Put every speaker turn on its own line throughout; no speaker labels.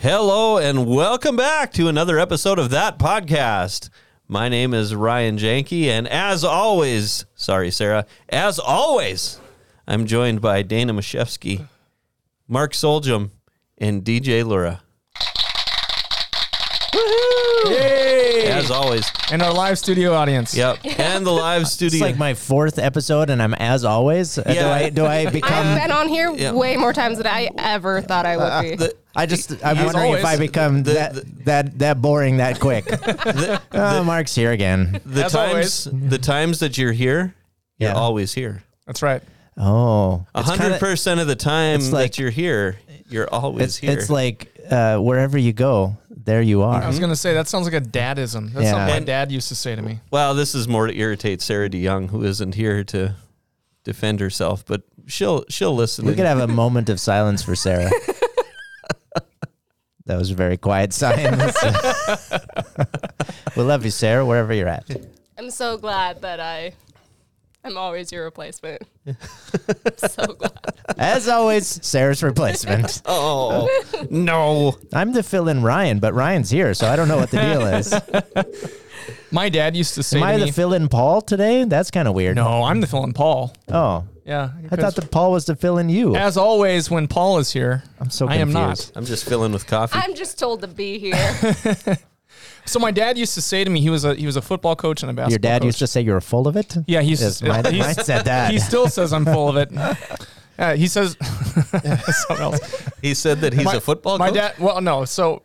Hello and welcome back to another episode of that podcast. My name is Ryan Janke, and as always, sorry, Sarah, as always, I'm joined by Dana Mashevsky, Mark Soljum, and DJ Lura. As always,
And our live studio audience.
yep, and the live
It's
studio.
like my fourth episode, and I'm as always. Uh,
Yeah.
Do I do I
I've
become?
been on here
yeah.
way more times than I ever thought I would be.
the,
I just I'm
As
wondering if I
always,
become
the-
that that that boring that quick.
the,
oh, Mark's here again.
the
As
times, the times that you're here, you're
Yeah.
always here.
That's right.
Oh,
A
It's
hundred
kinda-
percent of the time
it's like-
that you're here, you're always
It's,
here.
it's like uh, wherever you go, there you
I
are.
was gonna say that sounds like a dadism. That's
Mm-hmm. Yeah.
something my
And-
dad used to say to me.
Well, this is more to irritate Sarah DeYoung, who isn't here to defend herself, but she'll she'll listen.
We
and-
could have a moment of silence for Sarah. that was a very quiet silence. we love you, Sarah, wherever you're at.
I'm so glad that I, I'm always your replacement. I'm so glad.
As always, Sarah's replacement.
oh no!
I'm the fill in Ryan, but Ryan's here, so I don't know what the deal is.
My dad used to say
Am
to
I
me,
the fill in Paul today? That's kind of weird.
"No, I'm the Phil and Paul."
Oh,
Yeah,
I thought that Paul was the fill in you.
as always when Paul is here,
I'm so
I am not.
confused.
I'm just filling with coffee.
I'm just told to be here.
So my dad used to say to me, he was a he was a football coach and a basketball.
Your dad
coach.
used to say you were full of it?
Yeah, he's,
Yes, mine-
he's
mine said that.
He still says I'm full of it. Uh, he says something else.
he said that he's
My-
a football
My
coach.
dad. Well, no. So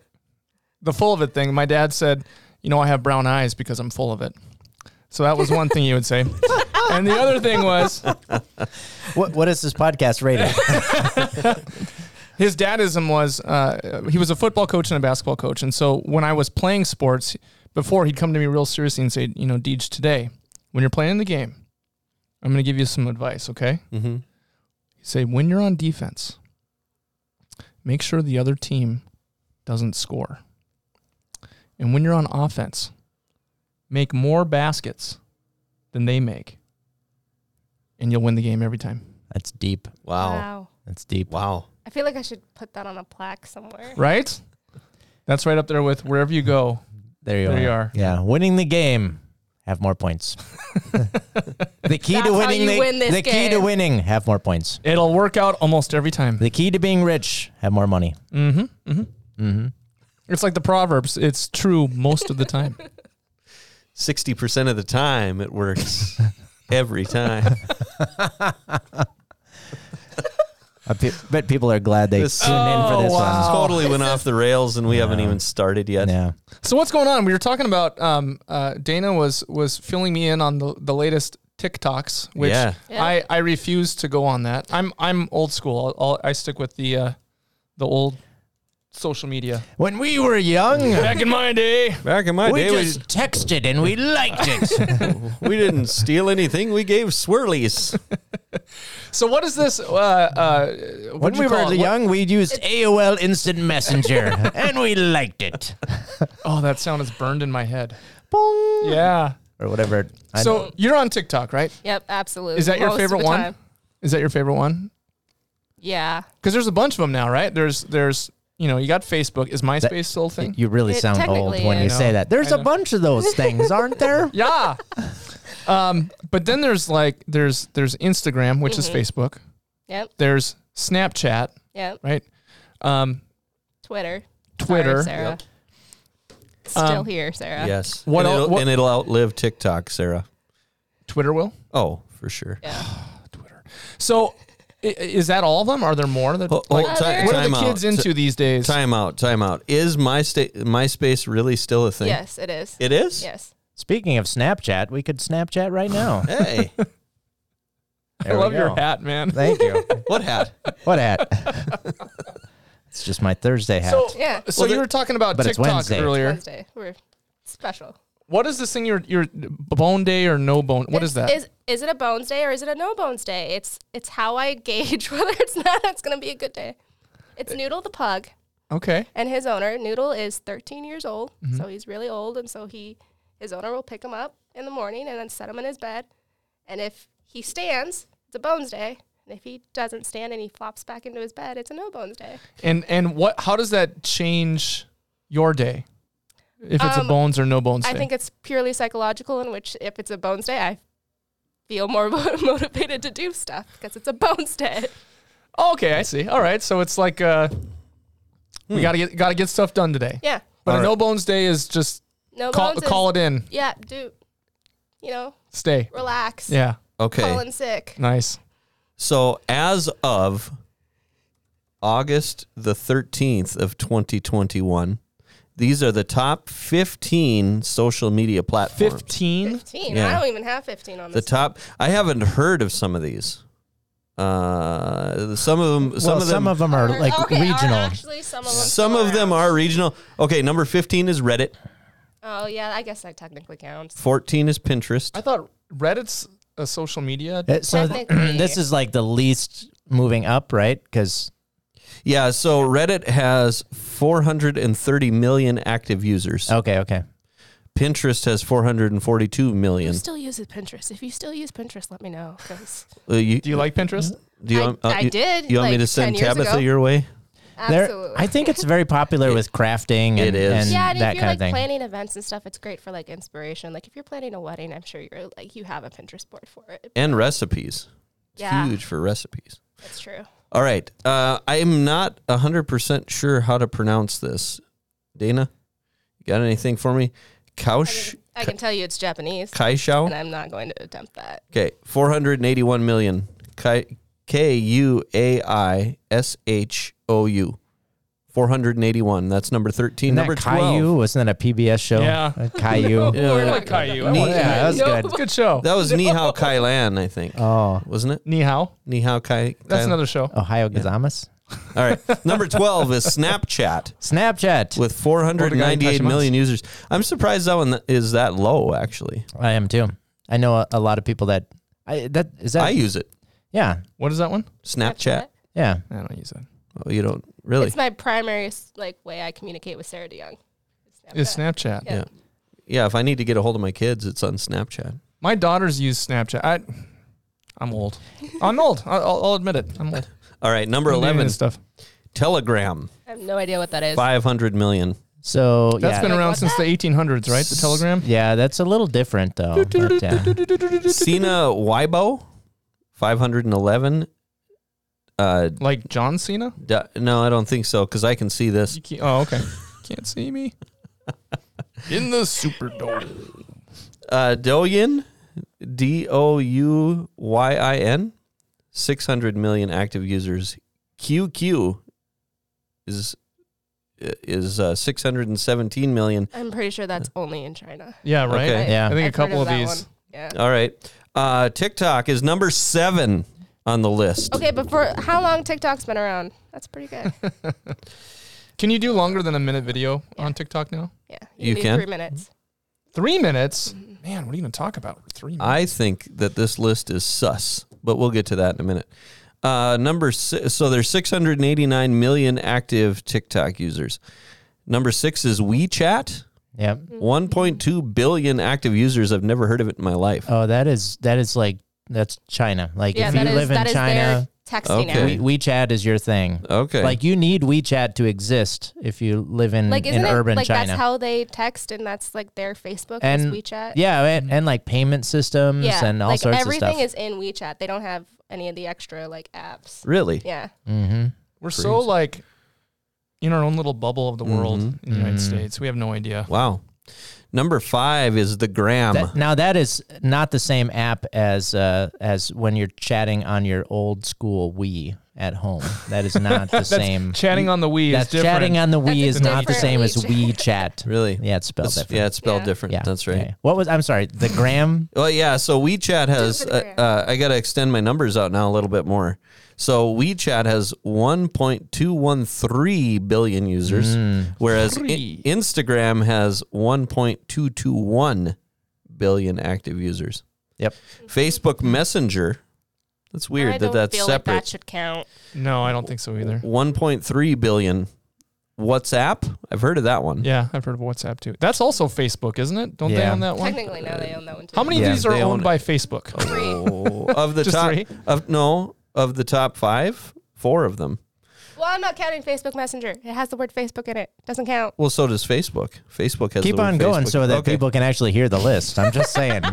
the full of it thing. My dad said, "You know, I have brown eyes because I'm full of it." So that was one thing he would say. And the other thing was
What, what is this podcast rated?
his dadism was uh, he was a football coach and a basketball coach. And so when I was playing sports before, he'd come to me real seriously and say, "You know, Deej, today when you're playing the game, I'm going to give you some advice, okay?"
Mhm.
say when you're on defense, make sure the other team doesn't score. And when you're on offense, make more baskets than they make. And you'll win the game every time.
That's deep.
Wow,
That's deep.
wow.
I feel like I should put that on a plaque somewhere.
Right? That's right up there with wherever you go.
There you
There
are.
you are.
Yeah, winning the game. Have more points. the key
That's
to
how
winning
you
the,
win this
the key to
game.
winning. Have more points.
It'll work out almost every time.
The key to being rich. Have more money.
Mm-hmm. Mm-hmm.
Mm-hmm.
It's like the Proverbs. It's true most of the time.
Sixty percent of the time, it works every time.
I pe- bet people are glad they
This-
tuned in for this
Oh, wow.
totally went off the rails, and we haven't even started yet.
one. Yeah.
So what's going on? We were talking about um, uh, Dana was was filling me in on the, the latest TikToks, which
Yeah.
Yeah.
I, I refuse to go on that. I'm I'm old school. I'll, I'll, I stick with the uh, the old social media.
When we were young,
Back in my day,
Back in my
we
day,
just texted and we liked it.
we, we didn't steal anything. We gave swirlies.
So what is this? Uh, uh,
when
what
we were
it? What-
young, we used AOL Instant Messenger and we liked it.
oh, that sound is burned in my head.
Boom.
Yeah.
Or whatever. I
So you're on TikTok, right?
Yep, absolutely.
Is that your
Most of
favorite
the
one?
time.
Is that your favorite one?
Yeah.
Because there's a bunch of them now, right? There's there's you know you got Facebook. Is MySpace still a thing?
you really
It
sound old
technically
when you
is.
say that. There's
I
a
know.
bunch of those things, aren't there?
Yeah. um, but then there's like there's there's Instagram, which
Mm-hmm.
is Facebook.
Yep.
There's Snapchat,
Yep.
right? Um,
Twitter.
Twitter.
Sorry, Sarah.
Yep.
Still
Um,
here, Sarah.
Yes.
What
and,
el-
it'll,
what-
and it'll outlive TikTok, Sarah.
Twitter will.
Oh, for sure.
Twitter. So i- is that all of them? Are there more? That,
Ho-
like,
ho-
Oh,
ti-
there-
what are the
time
kids
out.
into these days?
Time out, time out. Is my sta- MySpace really still a thing?
Yes, it is.
It is?
yes.
Speaking of Snapchat, we could Snapchat right now.
Hey,
I
There we
love your
go.
hat, man.
Thank you.
what hat?
What hat? it's just my Thursday hat.
So,
Yeah.
so
Well,
you
the-
were talking about
But it's
TikTok
Wednesday.
earlier.
Wednesday. We're special.
What is this thing? Your your bone day or no bone? What is that?
Is is it a bones day or is it a no bones day? It's it's how I gauge whether it's not it's gonna be a good day.
Eh.
It's Noodle the pug
okay.
and his owner. Noodle is 13 years old,
Mm-hmm.
so he's really old, and so he his owner will pick him up in the morning and then set him in his bed. And if he stands, it's a bones day. And if he doesn't stand and he flops back into his bed, it's a no bones day.
And and what? How does that change your day? If it's
Um,
a bones or no bones
I
day?
think it's purely psychological, in which if it's a bones day, I feel more motivated to do stuff because it's a bones day.
Oh, okay, I see. All right, so it's like uh, we gotta get gotta get stuff done today.
Yeah.
But
Hmm. All
a
right.
no bones day is just
No
call
bones.
call it in,
Yeah, do, you know,
stay.
relax.
Yeah,
Call
Okay.
in sick.
nice.
So as of August the 13th of 2021, these are the top 15 social media platforms.
Fifteen.
15.
Mm-hmm. Yeah.
I don't even have 15 on
The
this.
top. I haven't heard of some of these. Uh, some of them. Some
well,
of them.
some of them are
Or-
like
okay, are
regional.
actually, some of them.
some of them are regional. Okay, number 15 is Reddit.
Oh yeah, I guess that technically counts.
14 is Pinterest.
I thought Reddit's a social media.
Uh, So th-
Technically.
this is like the least moving up, right? Because
Yeah, so Reddit has 430 million active users.
Oh.
okay, okay.
Pinterest has 442
Who
million.
still uses Pinterest? If you still use Pinterest, let me know. 'cause
Uh, you,
Do you like Pinterest?
do you
I-
want, uh,
I
you-
did,
You want me
like,
to send
10 years
Tabitha
ago.
your way?
There-
absolutely.
I think it's very popular with crafting and,
It is.
and
yeah, and
that
if
kind
you're like
of thing.
planning events and stuff, it's great for like inspiration. Like if you're planning a wedding, I'm sure you're like you have a Pinterest board for it.
And recipes. It's
Yeah.
huge for recipes.
That's true.
All right. Uh, I'm not 100% sure how to pronounce this. Dana, you got anything for me?
I
Kaush?
can, I can tell you it's Japanese, and
Kaishao?
I'm not going to attempt that.
Okay, 481 million. K U A I S H O U. 481. That's number 13.
Isn't
number
that
12.
Caillou? Wasn't that a PBS show?
Yeah.
Uh, Caillou.
Oh, Yeah.
We're
I
not
like
gonna-
Caillou.
Yeah, that was
No.
good.
Good show.
That was Ni Hao Kai Lan, I think.
Oh,
Wasn't it?
Ni hao.
Ni Hao Kai.
That's
Kai-
another show.
Oh.
Ohio Gazamas.
All right. Number 12 is Snapchat
Snapchat.
with 498
Touch
million users. I'm surprised that one is that low, actually.
I am too. I know a, a lot of people that I that is that.
I use it.
yeah,
What is that one?
Snapchat.
yeah.
I don't use that.
Oh, you don't really?
It's my primary like way I communicate with Sarah DeYoung.
It's Snapchat.
Yeah. Yeah, if I need to get a hold of my kids, it's on Snapchat.
My daughters use Snapchat. I, I'm old. I'm old. I- I'll, I'll admit it. I'm old.
All right. Number
I'm doing
11,
this stuff.
Telegram,
I have no idea what that is.
500 million.
So
That's
yeah,
been
Like
around
what's
since the 1800s, right? The Telegram.
yeah. That's a little different though. but, yeah.
Cena Weibo, 511. Uh,
Like John Cena.
d- no, I don't think so because I can see this.
You can't, oh, okay. Can't see me. In the Superdome.
Uh, Douyin, D O U Y I N, 600 million active users. QQ is is uh, 617 million.
I'm pretty sure that's only in China.
Yeah. Right.
Okay.
Yeah.
I think
I've
a
heard
couple of,
that
these.
one. Yeah.
All right. Uh, TikTok is number seven on the list.
Okay, but for how long TikTok's been around? That's pretty good.
Can you do longer than a minute video on TikTok now?
Yeah,
You
do
can?
three minutes.
Three minutes.
Mm-hmm.
Man, what do you even talk about? for Three minutes.
I think that this list is sus, but we'll get to that in a minute. Uh, number six, so there's 689 million active TikTok users. Number six is WeChat.
Yep.
Mm-hmm.
1.2 billion active users. I've never heard of it in my life.
Oh, that is that is like that's China. Like
Yeah,
if you
that is
live in
that is
China,
their texting
Okay.
app.
We, WeChat is your thing.
Okay.
Like you need WeChat to exist if you live in
Like isn't
Mm, in
it
urban
like
China.
that's how they text and that's like their Facebook
and
is WeChat.
yeah,
Mm-hmm.
and, and like payment systems
Yeah,
and all
like
sorts of
everything
stuff.
is in WeChat. They don't have any of the extra like apps.
really?
Yeah,
mm-hmm.
We're so like in our own little bubble of the world
Mhm.
in the United
Mhm.
States. We have no idea.
Wow. Number five is the gram.
That- now that is not the same app as uh, as when you're chatting on your old school Wii at home. That is not the same.
Chatting on the Wii
That's
is different.
chatting on the Wii
That's
is not the
different
same as
WeChat.
WeChat.
really?
Yeah, it's spelled
It's-
different.
yeah, it's spelled
Yeah.
different. That's right.
yeah. What was I'm sorry, the gram?
Well, yeah. So WeChat has.
for
Uh,
the gram.
uh, I got to extend my numbers out now a little bit more. So WeChat has 1.213 billion users,
Mm.
whereas I-
Mm. Three.
Instagram has 1.221 billion active users.
Yep.
Facebook Messenger. That's weird
I
that
don't
that's
feel
separate.
Like that should count.
No, I don't think so either.
Oh. 1.3 billion. WhatsApp? I've heard of that one.
Yeah, I've heard of WhatsApp too. That's also Facebook, isn't it? Don't they
Yeah.
own that one?
Technically, no, they own that one too.
How many
Yeah,
of these are
they own
owned
it.
by Facebook?
Oh, of the
Just
top
three?
of no of the top five, four of them.
Well, I'm not counting Facebook Messenger. It has the word Facebook in it. Doesn't count.
Well, so does Facebook. Facebook has
Keep
the word
on going
Facebook.
so that
Okay.
people can actually hear the list. I'm just saying.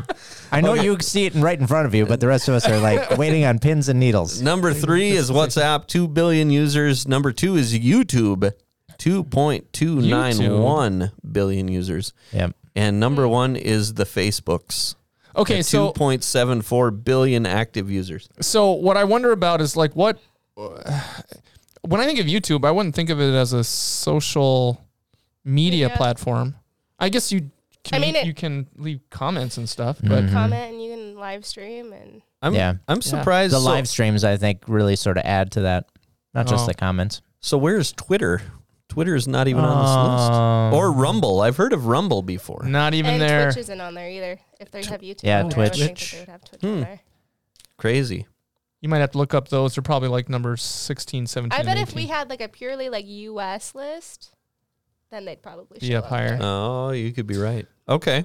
I know you see it right in front of you, but the rest of us are like waiting on pins and needles.
Number three is WhatsApp, two billion users. Number two is YouTube, two point two nine one billion users.
Yep.
And
Hmm.
number one is the Facebooks.
Okay,
at
so
2.74 billion active users.
so what I wonder about is like what when I think of YouTube, I wouldn't think of it as a social media
Yeah.
platform. I guess you can,
I mean, it-
you can leave comments and stuff, but
Mm-hmm.
Comment and you can live stream and
I'm,
Yeah.
I'm surprised.
The
so,
live streams, I think, really sort of add to that, not just
Oh.
the comments.
so where's Twitter? Twitter is not even on
Um.
this list. Or Rumble. I've heard of Rumble before.
not even
and
there.
Twitch isn't on there either. If they have YouTube,
yeah,
on there, I would
Twitch. Hmm.
think that they would have Twitch on there.
Crazy.
You might have to look up those. They're probably like number 16, 17.
I bet
and
if we had like a purely like U.S. list, then they'd probably
Be
show
up
there.
higher.
Oh, you could be right. Okay.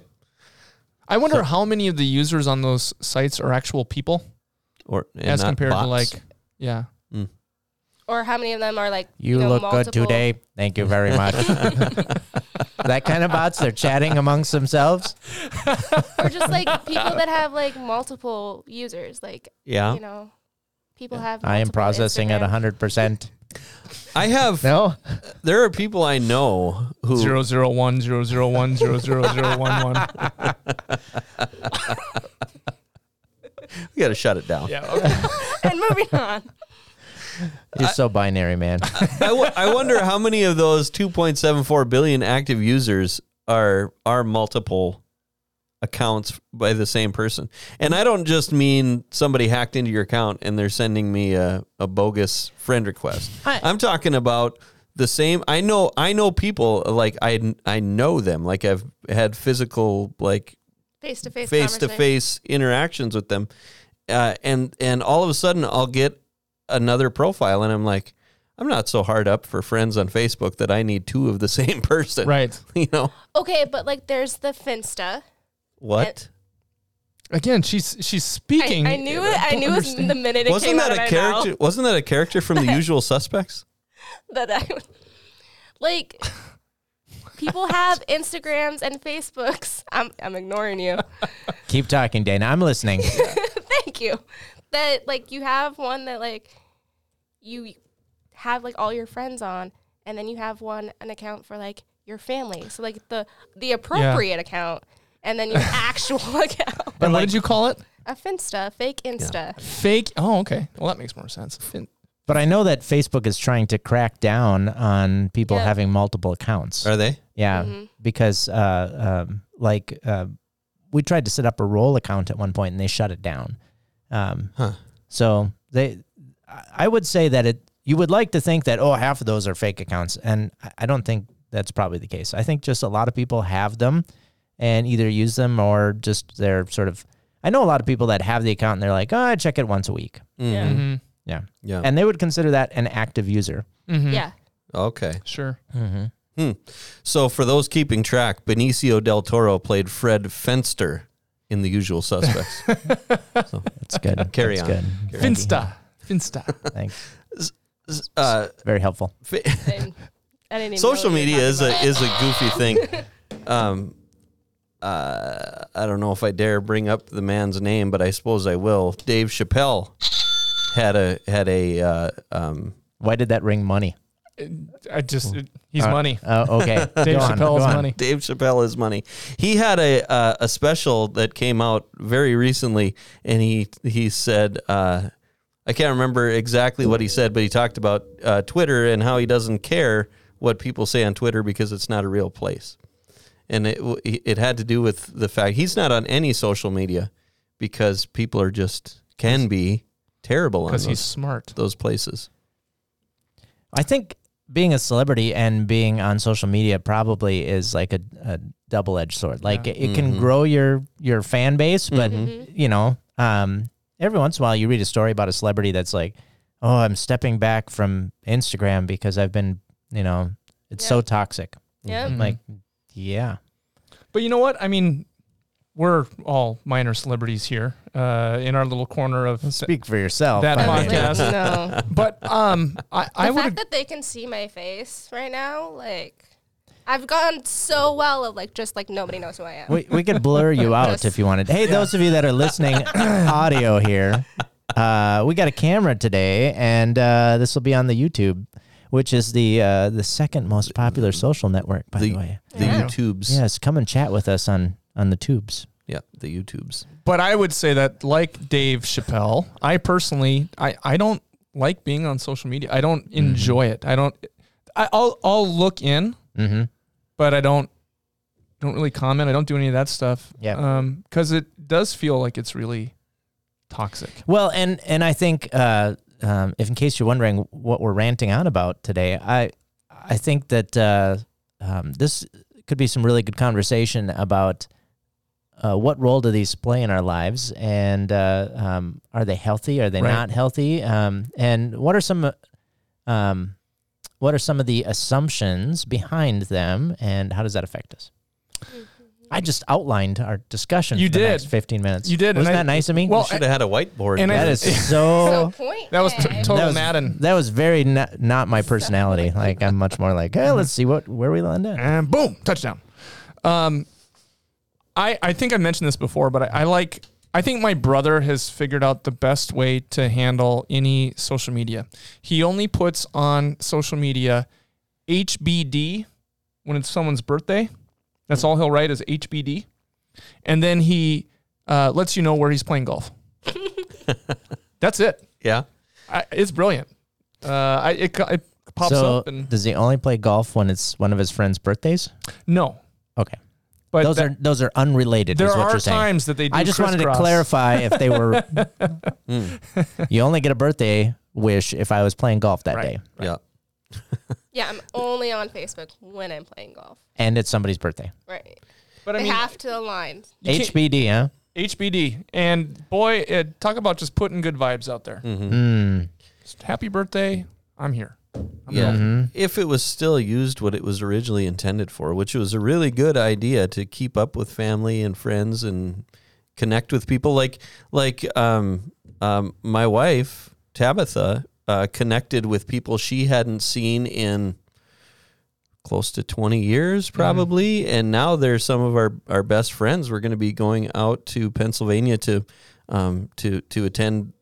I wonder how many of the users on those sites are actual people
Or and
as
not
compared to
bots.
like, yeah.
Or how many of them are like
You,
know,
look
multiple,
good today. Thank you very much. that kind of bots, they're chatting amongst themselves.
or just like people that have like multiple users, like
Yeah.
you know, people have.
I am
multiple
processing at
Instagram.
100%.
I have
No?
there are people I know who
Zero zero one zero zero one zero zero zero one one.
we gotta shut it down.
Yeah. Okay.
and moving on.
You're so binary, man.
I, w- I wonder how many of those 2.74 billion active users are are multiple accounts by the same person. And I don't just mean somebody hacked into your account and they're sending me a, a bogus friend request.
I-
I'm talking about the same I know I know people like I I know them like I've had physical like
Face to face.
face to face interactions with them, uh, and and all of a sudden I'll get another profile, and I'm like, I'm not so hard up for friends on Facebook that I need two of the same person,
right.
You know
Okay, but like there's the Finsta.
what?
Again, she's she's
I,
speaking.
I knew it. I
don't
knew it
understand.
the minute it
wasn't
came
that
out of
a
my
character?
mouth
Wasn't that a character from The Usual Suspects?
that I would- like. People have Instagrams and Facebooks. I'm I'm ignoring you.
Keep talking, Dana. I'm listening.
Thank you. That like you have one that like you have like all your friends on, and then you have one an account for like your family. So like the the appropriate account, and then your actual account.
And what did you call it?
A Finsta, fake Insta.
Fake. Oh, okay. Well, that makes more sense. Fin-
But I know that Facebook is trying to crack down on people
Yeah.
having multiple accounts.
Are they?
Yeah, because uh, um, like uh, we tried to set up a roll account at one point and they shut it down. Um,
Huh.
So they, I I would say that it. You would like to think that oh, half of those are fake accounts, and I- I don't think that's probably the case. I think just a lot of people have them and either use them or just they're sort of. I know a lot of people that have the account and they're like, oh, I check it once a week.
Yeah.
Mhm.
Yeah,
Mm-hmm. Yeah.
and they would consider that an active user.
Mhm.
Yeah.
okay.
Sure.
Mm-hmm. So for those keeping track, Benicio del Toro played Fred Fenster in The Usual Suspects.
That's good.
Carry
That's
on.
Good.
Finsta. Finsta.
Thanks.
uh,
Very helpful.
fa-
I didn't- I didn't
Mm-hmm.
even know
social
what we were
media is
talking
a is a goofy thing. Um, uh, I don't know if I dare bring up the man's name, but I suppose I will. Dave Chappelle had a had a uh, um,
Why did that ring money?
I just it- he's
Uh,
money.
Oh, okay.
Dave
Go on,
Chappelle's
go on.
money.
Dave Chappelle is money. He had a uh, a special that came out very recently, and he he said uh, I can't remember exactly what he said, but he talked about uh, Twitter and how he doesn't care what people say on Twitter because it's not a real place, and it w- it had to do with the fact he's not on any social media because people are just can be terrible on
Because he's
those,
smart.
those places.
I think being a celebrity and being on social media probably is like a, a double-edged sword. Like it, it can grow your your fan base, but
Mm-hmm.
you know, um, every once in a while you read a story about a celebrity that's like, "Oh, I'm stepping back from Instagram because I've been, you know, it's so toxic."
Yep.
Mm-hmm.
Like, yeah,
But you know what? I mean, we're all minor celebrities here uh, in our little corner of.
Speak for yourself.
That
I mean,
podcast. Yes.
no.
But um, I, I
the
would
fact that they can see my face right now, like I've gone so well of like just like nobody knows who I am.
We, we could blur you out if you wanted. Hey, those of you that are listening audio here, uh, we got a camera today, and uh, this will be on the YouTube, which is the uh, the second most popular social network, by the, way.
the
Yeah.
YouTubes.
Yes, come and chat with us on on the tubes.
yeah, the YouTubes.
but I would say that like Dave Chappelle, I personally I, I don't like being on social media. I don't enjoy it. I don't I, I'll I'll look in,
Mm-hmm.
but I don't don't really comment. I don't do any of that stuff.
Yeah.
Um cuz it does feel like it's really toxic.
Well, and and I think uh, um, if in case you're wondering what we're ranting on about today, I I think that uh, um, this could be some really good conversation about uh, what role do these play in our lives, and uh, um, are they healthy? Are they
Right.
not healthy? Um, and what are some uh, um, what are some of the assumptions behind them, and how does that affect us? I just outlined our discussion.
You
for the
did.
next fifteen minutes.
You did, and
Wasn't
I-
that nice of me?
Well,
Should have had a whiteboard.
and I-
that
man.
is
so
so
point.
oh, That was t-
A.
total
that was,
Madden.
That was very not, not my personality. Like I'm much more like, hey, let's see what where we land up.
And boom, touchdown. Um I I think I mentioned this before, but I, I like I think my brother has figured out the best way to handle any social media. He only puts on social media HBD when it's someone's birthday. That's all he'll write is HBD. And then he uh, lets you know where he's playing golf. That's it.
yeah.
I, it's brilliant. Uh, I, it, co- it pops
So
up and
does he only play golf when it's one of his friends' birthdays?
no,
Okay,
but
those
that-
are those are unrelated.
there
is what
are
you're saying.
times that they. Do
I just wanted to
crisscross.
clarify if they were. Hmm. you only get a birthday wish if I was playing golf that
Right.
day,
Yeah.
Yeah, I'm only on Facebook when I'm playing golf.
and it's somebody's birthday.
Right.
But I
they
mean,
have to align.
You can't-
HBD, huh?
HBD. And boy, it, talk about just putting good vibes out there.
Mm.
Just happy birthday. I'm here. I'm
Yeah.
here.
If it was still used what it was originally intended for, which was a really good idea to keep up with family and friends and connect with people like like um um my wife Tabitha uh connected with people she hadn't seen in close to 20 years probably and now they're some of our our best friends we're going to be going out to Pennsylvania to um to to attend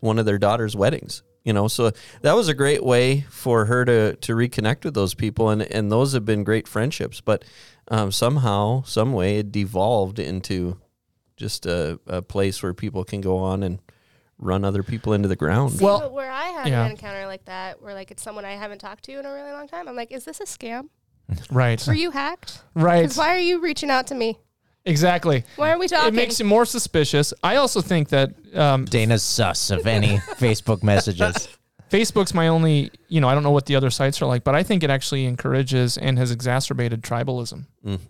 one of their daughter's weddings you know so that was a great way for her to to reconnect with those people and and those have been great friendships but um, somehow some way it devolved into just a, a place where people can go on and run other people into the ground
Well-
But where I had
Yeah.
an encounter like that, where like it's someone I haven't talked to in a really long time, I'm like, is this a scam?
Right.
Were you hacked?
Right.
Because why are you reaching out to me?
Exactly.
Why are we talking?
It makes you more suspicious. I also think that um,
Dana's sus of any Facebook messages.
Facebook's my only, you know, I don't know what the other sites are like, but I think it actually encourages and has exacerbated tribalism.
Mhm.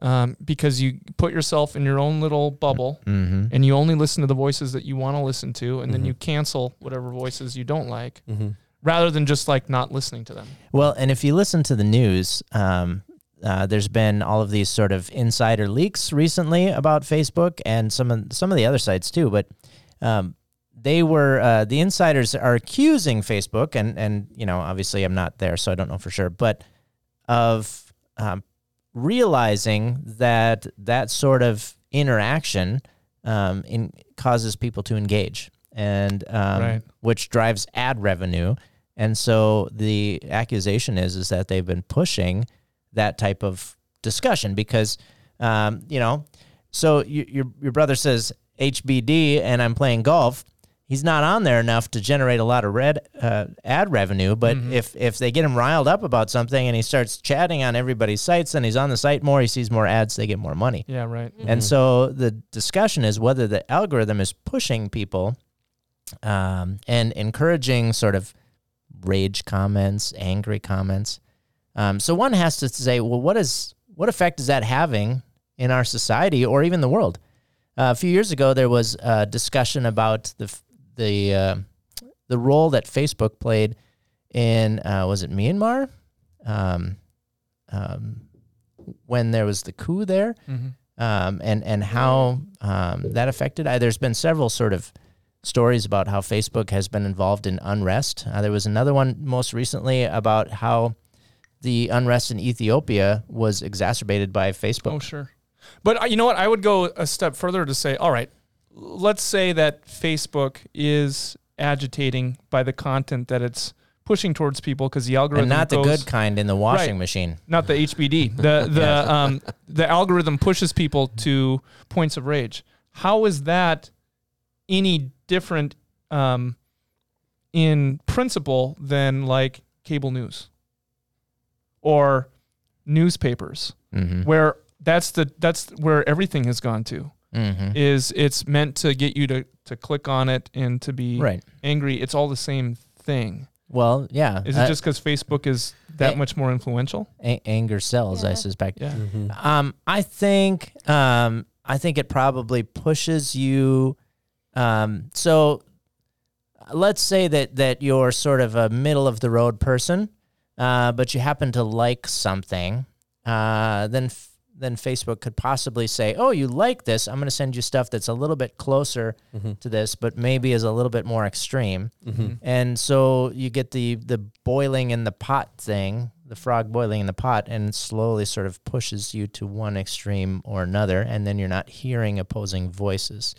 Um, because you put yourself in your own little bubble
Mm-hmm.
and you only listen to the voices that you want to listen to, and then
Mhm.
you cancel whatever voices you don't like
mm-hmm.
rather than just like not listening to them.
Well, and if you listen to the news, um, uh, there's been all of these sort of insider leaks recently about Facebook and some of some of the other sites too. But um, they were uh, the insiders are accusing Facebook, and and you know obviously I'm not there, so I don't know for sure, but of um, realizing that that sort of interaction um, in, causes people to engage, and um,
Right.
which drives ad revenue. And so the accusation is is that they've been pushing that type of discussion because um, you know, so you, your your brother says HBD and I'm playing golf. He's not on there enough to generate a lot of red uh, ad revenue, but if if they get him riled up about something and he starts chatting on everybody's sites, then he's on the site more. He sees more ads, they get more money.
Yeah, right.
Mm-hmm. And so the discussion is whether the algorithm is pushing people um, and encouraging sort of rage comments, angry comments. Um, so one has to say, well, what is what effect is that having in our society or even the world? Uh, a few years ago, there was a discussion about the f- the uh, the role that Facebook played in uh, was it Myanmar um, um, when there was the coup there
Mhm.
um, and and how um, that affected. I, there's been several sort of stories about how Facebook has been involved in unrest. Uh, there was another one most recently about how the unrest in Ethiopia was exacerbated by Facebook.
Oh, sure. But uh, you know what? I would go a step further to say, all right, let's say that Facebook is agitating by the content that it's pushing towards people because the algorithm
and not the
goes-
good kind in the washing
Right.
machine.
not the HBD. The the um, the algorithm pushes people to points of rage. How is that any different um, in principle than like cable news or newspapers,
Mm-hmm.
where that's the that's where everything has gone to?
Mm-hmm.
Is it's meant to get you to to click on it and to be
Right.
angry? It's all the same thing.
Well, yeah.
Is
uh,
it just because Facebook is that
eh.
much more influential?
a- anger sells? I
Yeah.
suspect.
Yeah.
Um, I think um, I think it probably pushes you. Um, so let's say that that you're sort of a middle of the road person, uh, but you happen to like something, uh, then f- then Facebook could possibly say, "Oh, you like this? I'm going to send you stuff that's a little bit closer
Mm-hmm.
to this, but maybe is a little bit more extreme."
Mm-hmm.
And so you get the the boiling in the pot thing, the frog boiling in the pot, and it slowly sort of pushes you to one extreme or another, and then you're not hearing opposing voices.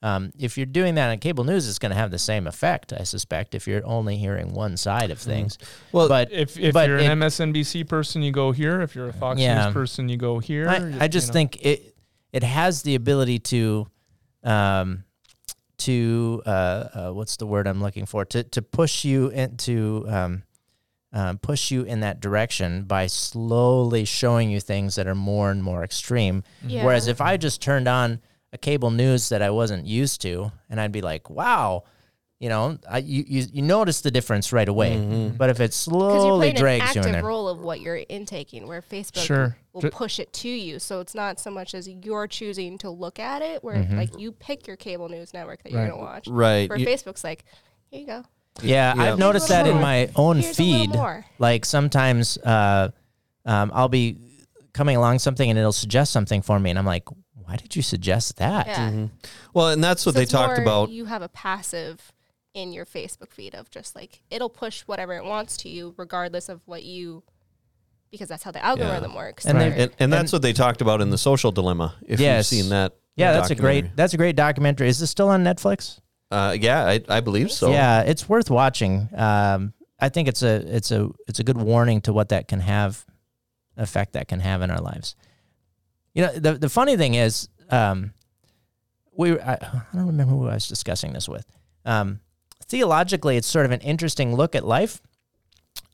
Um, if you're doing that on cable news, it's going to have the same effect, I suspect. If you're only hearing one side of things,
Well,
but
if if
but
you're
it-
an MSNBC person, you go here. If you're a Fox
Yeah.
News person, you go here. You-
I, I just
you know.
think it it has the ability to, um, to uh, uh, what's the word I'm looking for to to push you into um, um, push you in that direction by slowly showing you things that are more and more extreme.
Yeah.
Whereas if I just turned on a cable news that I wasn't used to, and I'd be like, wow. You know, I, you, you you notice the difference right away,
Mm-hmm.
but if it
Because you're
slowly
playing an
drags you in
active
there,
role of what you're intaking, where Facebook
Sure.
will
Ju-
push it to you. So it's not so much as you're choosing to look at it, where like you pick your cable news network that
Right.
you're gonna watch.
right.
Where
You-
Facebook's like, here you go.
Yeah,
Yeah.
I've noticed that in
Here's a
my own
little
feed.
more.
Like sometimes uh, um, I'll be coming along something and it'll suggest something for me, and I'm like, why did you suggest that?
Yeah.
well, and that's what
So
Mm-hmm. they
it's
talked
more
about.
You have a passive in your Facebook feed of just like it'll push whatever it wants to you, regardless of what you, because that's how the algorithm works.
And
where-
they've-
And, and that's what they talked about in the social dilemma. If
Yes.
you've seen that,
Yeah, that's a
documentary.
great that's a great documentary. Is this still on Netflix?
Uh, yeah, I, I believe so.
Yeah, it's worth watching. Um, I think it's a it's a it's a good warning to what that can have effect that can have in our lives. You know, the the funny thing is, um, we I, I don't remember who I was discussing this with. Um, theologically, it's sort of an interesting look at life.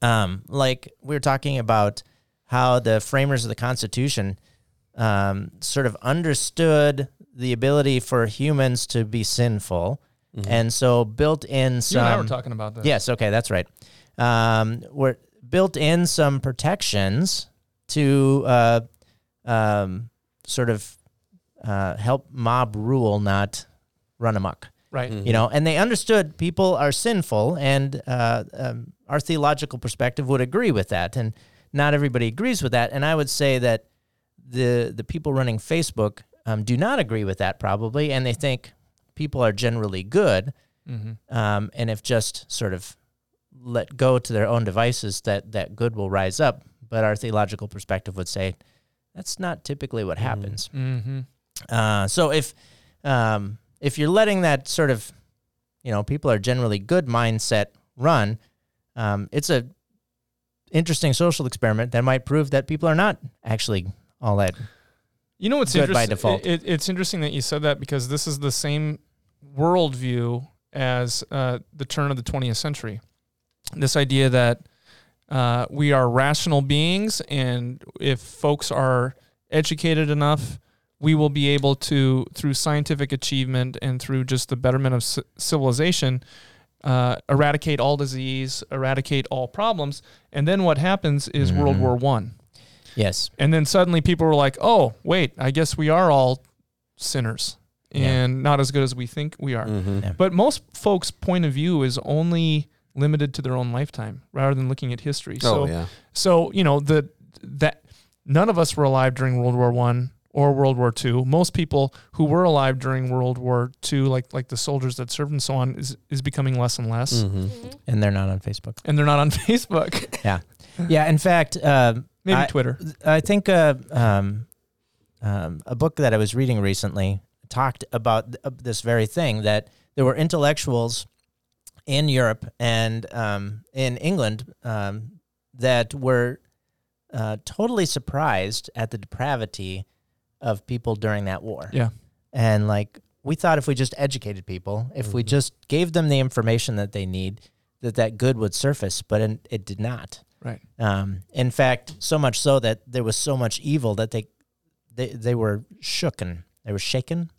Um, like we were talking about how the framers of the Constitution um, sort of understood the ability for humans to be sinful,
Mm-hmm.
and so built in
Mm-hmm. you and I were
some
talking about that.
Yes. Okay. That's right. Um, we're built in some protections to uh, um, sort of uh, help mob rule not run amok.
Right.
You know, and they understood people are sinful, and uh, um, our theological perspective would agree with that, and not everybody agrees with that. And I would say that the the people running Facebook um, do not agree with that probably, and they think people are generally good,
Mm-hmm.
um, and if just sort of let go to their own devices, that that good will rise up. But our theological perspective would say that's not typically what happens.
Mm-hmm.
Uh, so if um, if you're letting that sort of you know people are generally good mindset run, um, it's a interesting social experiment that might prove that people are not actually all that.
You know what's
Good by
interesting?
default.
It, it's interesting that you said that because this is the same worldview as uh, the turn of the 20th century. This idea that uh, we are rational beings, and if folks are educated enough, we will be able to, through scientific achievement and through just the betterment of c- civilization, uh, eradicate all disease, eradicate all problems. And then what happens is World
Mm-hmm.
War One.
Yes.
And then suddenly people were like, oh, wait, I guess we are all sinners and not as good as we think we
Mm.
are.
Mm-hmm.
Yeah.
But most folks' point of view is only limited to their own lifetime rather than looking at history.
Oh
so
yeah.
so, you know, the that none of us were alive during World War One or World War II. Most people who were alive during World War II, like like the soldiers that served and so on, is is becoming less and less,
Mm-hmm.
and they're not on Facebook.
and they're not on Facebook,
Yeah, in fact, uh,
maybe
I-
Twitter.
I think uh, um, um, a book that I was reading recently talked about th- uh, this very thing that there were intellectuals in Europe and um, in England um, that were uh, totally surprised at the depravity of people during that war.
Yeah.
And like, we thought if we just educated people, if we just gave them the information that they need, that that good would surface, but in, it did not.
Right.
Um, in fact, so much so that there was so much evil that they they, they were shooken. They were shaken.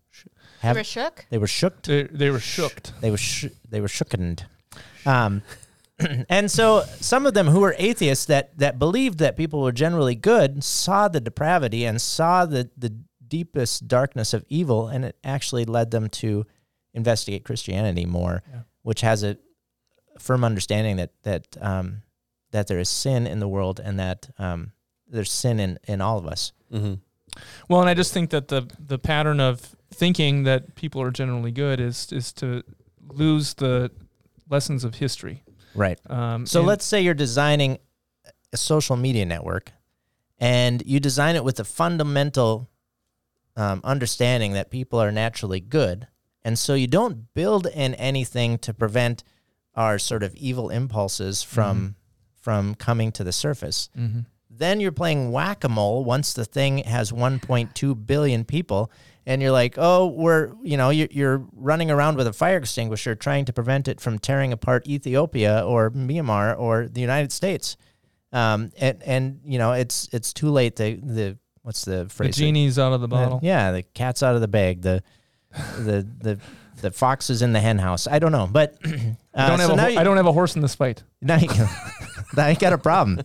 Have-
You were shook?
they were shooked.
They, they were shooked.
They were sh- they were shookened. Um, and so some of them who were atheists that that believed that people were generally good saw the depravity and saw the the deepest darkness of evil, and it actually led them to investigate Christianity more,
Yeah.
which has a firm understanding that that um, that there is sin in the world and that um, there's sin in in all of us.
Mm-hmm.
Well, and I just think that the the pattern of thinking that people are generally good is is to lose the lessons of history.
Right.
Um,
So
and-
let's say you're designing a social media network and you design it with a fundamental um, understanding that people are naturally good. And so you don't build in anything to prevent our sort of evil impulses from
Mm-hmm.
from coming to the surface.
Mhm.
Then you're playing whack-a-mole once the thing has 1.2 billion people and you're like, "Oh, we're, you know, you're, you're running around with a fire extinguisher trying to prevent it from tearing apart Ethiopia or Myanmar or the United States." Um, and and you know, it's it's too late the the what's the
the
phrase?
genie's out of the bottle.
Yeah, the cat's out of the bag. The the the the fox is in the hen house. I don't know, but uh,
I don't have
so
a
now
ho-
you-
I don't have a horse in this fight.
now you, now you got a problem.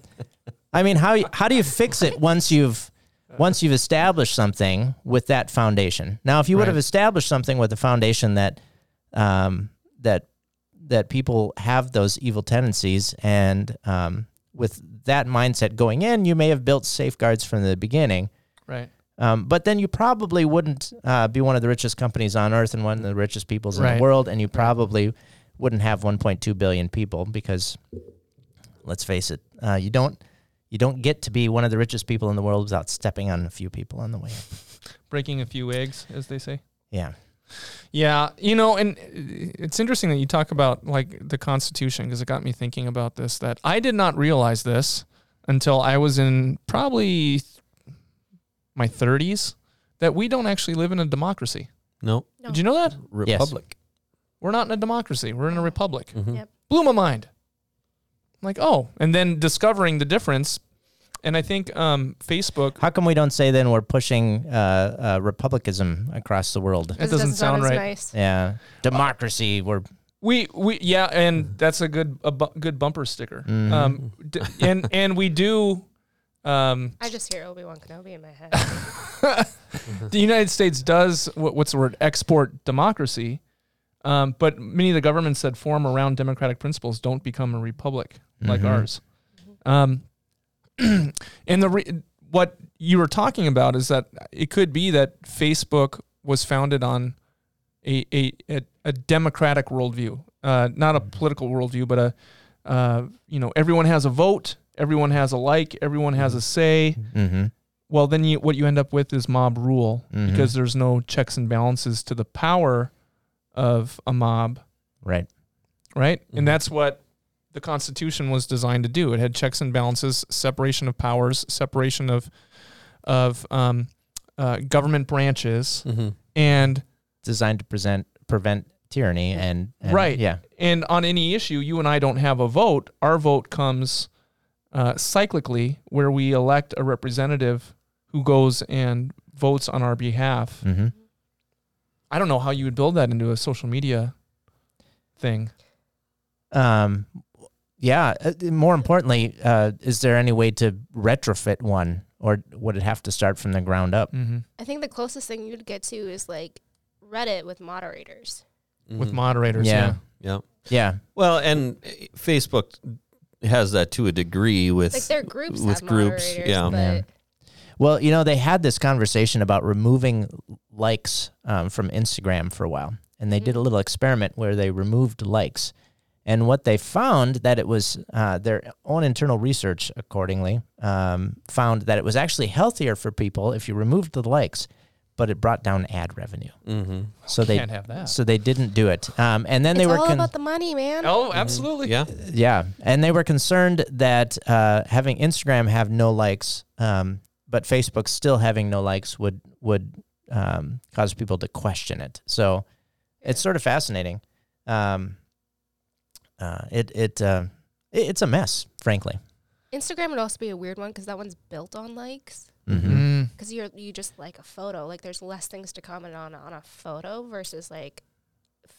I mean, how how do you fix it once you've once you've established something with that foundation? Now, if you would have
Right.
established something with a foundation that um, that that people have those evil tendencies, and um, with that mindset going in, you may have built safeguards from the beginning.
Right.
Um, but then you probably wouldn't uh, be one of the richest companies on earth and one of the richest peoples in
Right.
the world, and you probably wouldn't have 1.2 billion people because, let's face it, uh, you don't you don't get to be one of the richest people in the world without stepping on a few people on the way. up.
Breaking a few eggs, as they say.
Yeah,
Yeah, you know, and uh, it's interesting that you talk about like the Constitution because it got me thinking about this. That I did not realize this until I was in probably my 30s that we don't actually live in a democracy.
No.
Did you know that
Republic.
we're not in a democracy? We're in a republic.
Mhm.
Yep.
Blew my mind. I'm like, oh, and then discovering the difference, and I think um, Facebook.
how come we don't say then we're pushing uh, uh, republicanism across the world?
That doesn't sound
as
right.
Nice.
Yeah, democracy. We're
We we yeah, and that's a good a bu- good bumper sticker. Um, d- and and we do. Um,
I just hear Obi Wan Kenobi in my head.
the United States does what, what's the word export democracy, um, but many of the governments that form around democratic principles don't become a republic like
Mhm.
ours. Um, and the re- what you were talking about is that it could be that Facebook was founded on a a, a, a democratic worldview, uh, not a political worldview, but a uh, you know everyone has a vote, everyone has a like, everyone has a say
hmm
well then you what you end up with is mob rule
Mhm.
because there's no checks and balances to the power of a mob
right.
right
Mhm.
and that's what the constitution was designed to do it had checks and balances separation of powers separation of of um, uh, government branches
Mm-hmm.
and
Designed to present prevent tyranny and, and
Right.
Yeah.
and on any issue you and i don't have a vote our vote comes uh, cyclically where we elect a representative who goes and votes on our behalf
hmm
I don't know how you would build that into a social media thing.
Um, yeah. uh, More importantly, uh, is there any way to retrofit one, or would it have to start from the ground up?
Mm-hmm.
I think the closest thing you'd get to is like Reddit with moderators.
With moderators, yeah.
Yeah.
yeah.
Yeah.
Mm-hmm. Well, and uh, Facebook has that to a degree with
Like their groups
with
have
groups.
moderators,
yeah.
but
Yeah. Well, you know, they had this conversation about removing likes um, from Instagram for a while, and they did a little experiment where they removed likes, and what they found that it was uh, their own internal research, accordingly, um, found that it was actually healthier for people if you removed the likes, but it brought down ad revenue.
Mm-hmm.
So they
Can't have that.
so they didn't do it, um, and then they
it's
were
all
con-
about the money, man.
oh, absolutely.
Mm-hmm. Yeah.
yeah, and they were concerned that uh, having Instagram have no likes, um, but Facebook still having no likes would would um, cause people to question it. So it's sort of fascinating. Um, uh, it it, uh, it it's a mess, frankly.
Instagram would also be a weird one because that one's built on likes.
Mm-hmm.
Mm,
Because you're you just like a photo. Like there's less things to comment on on a photo versus like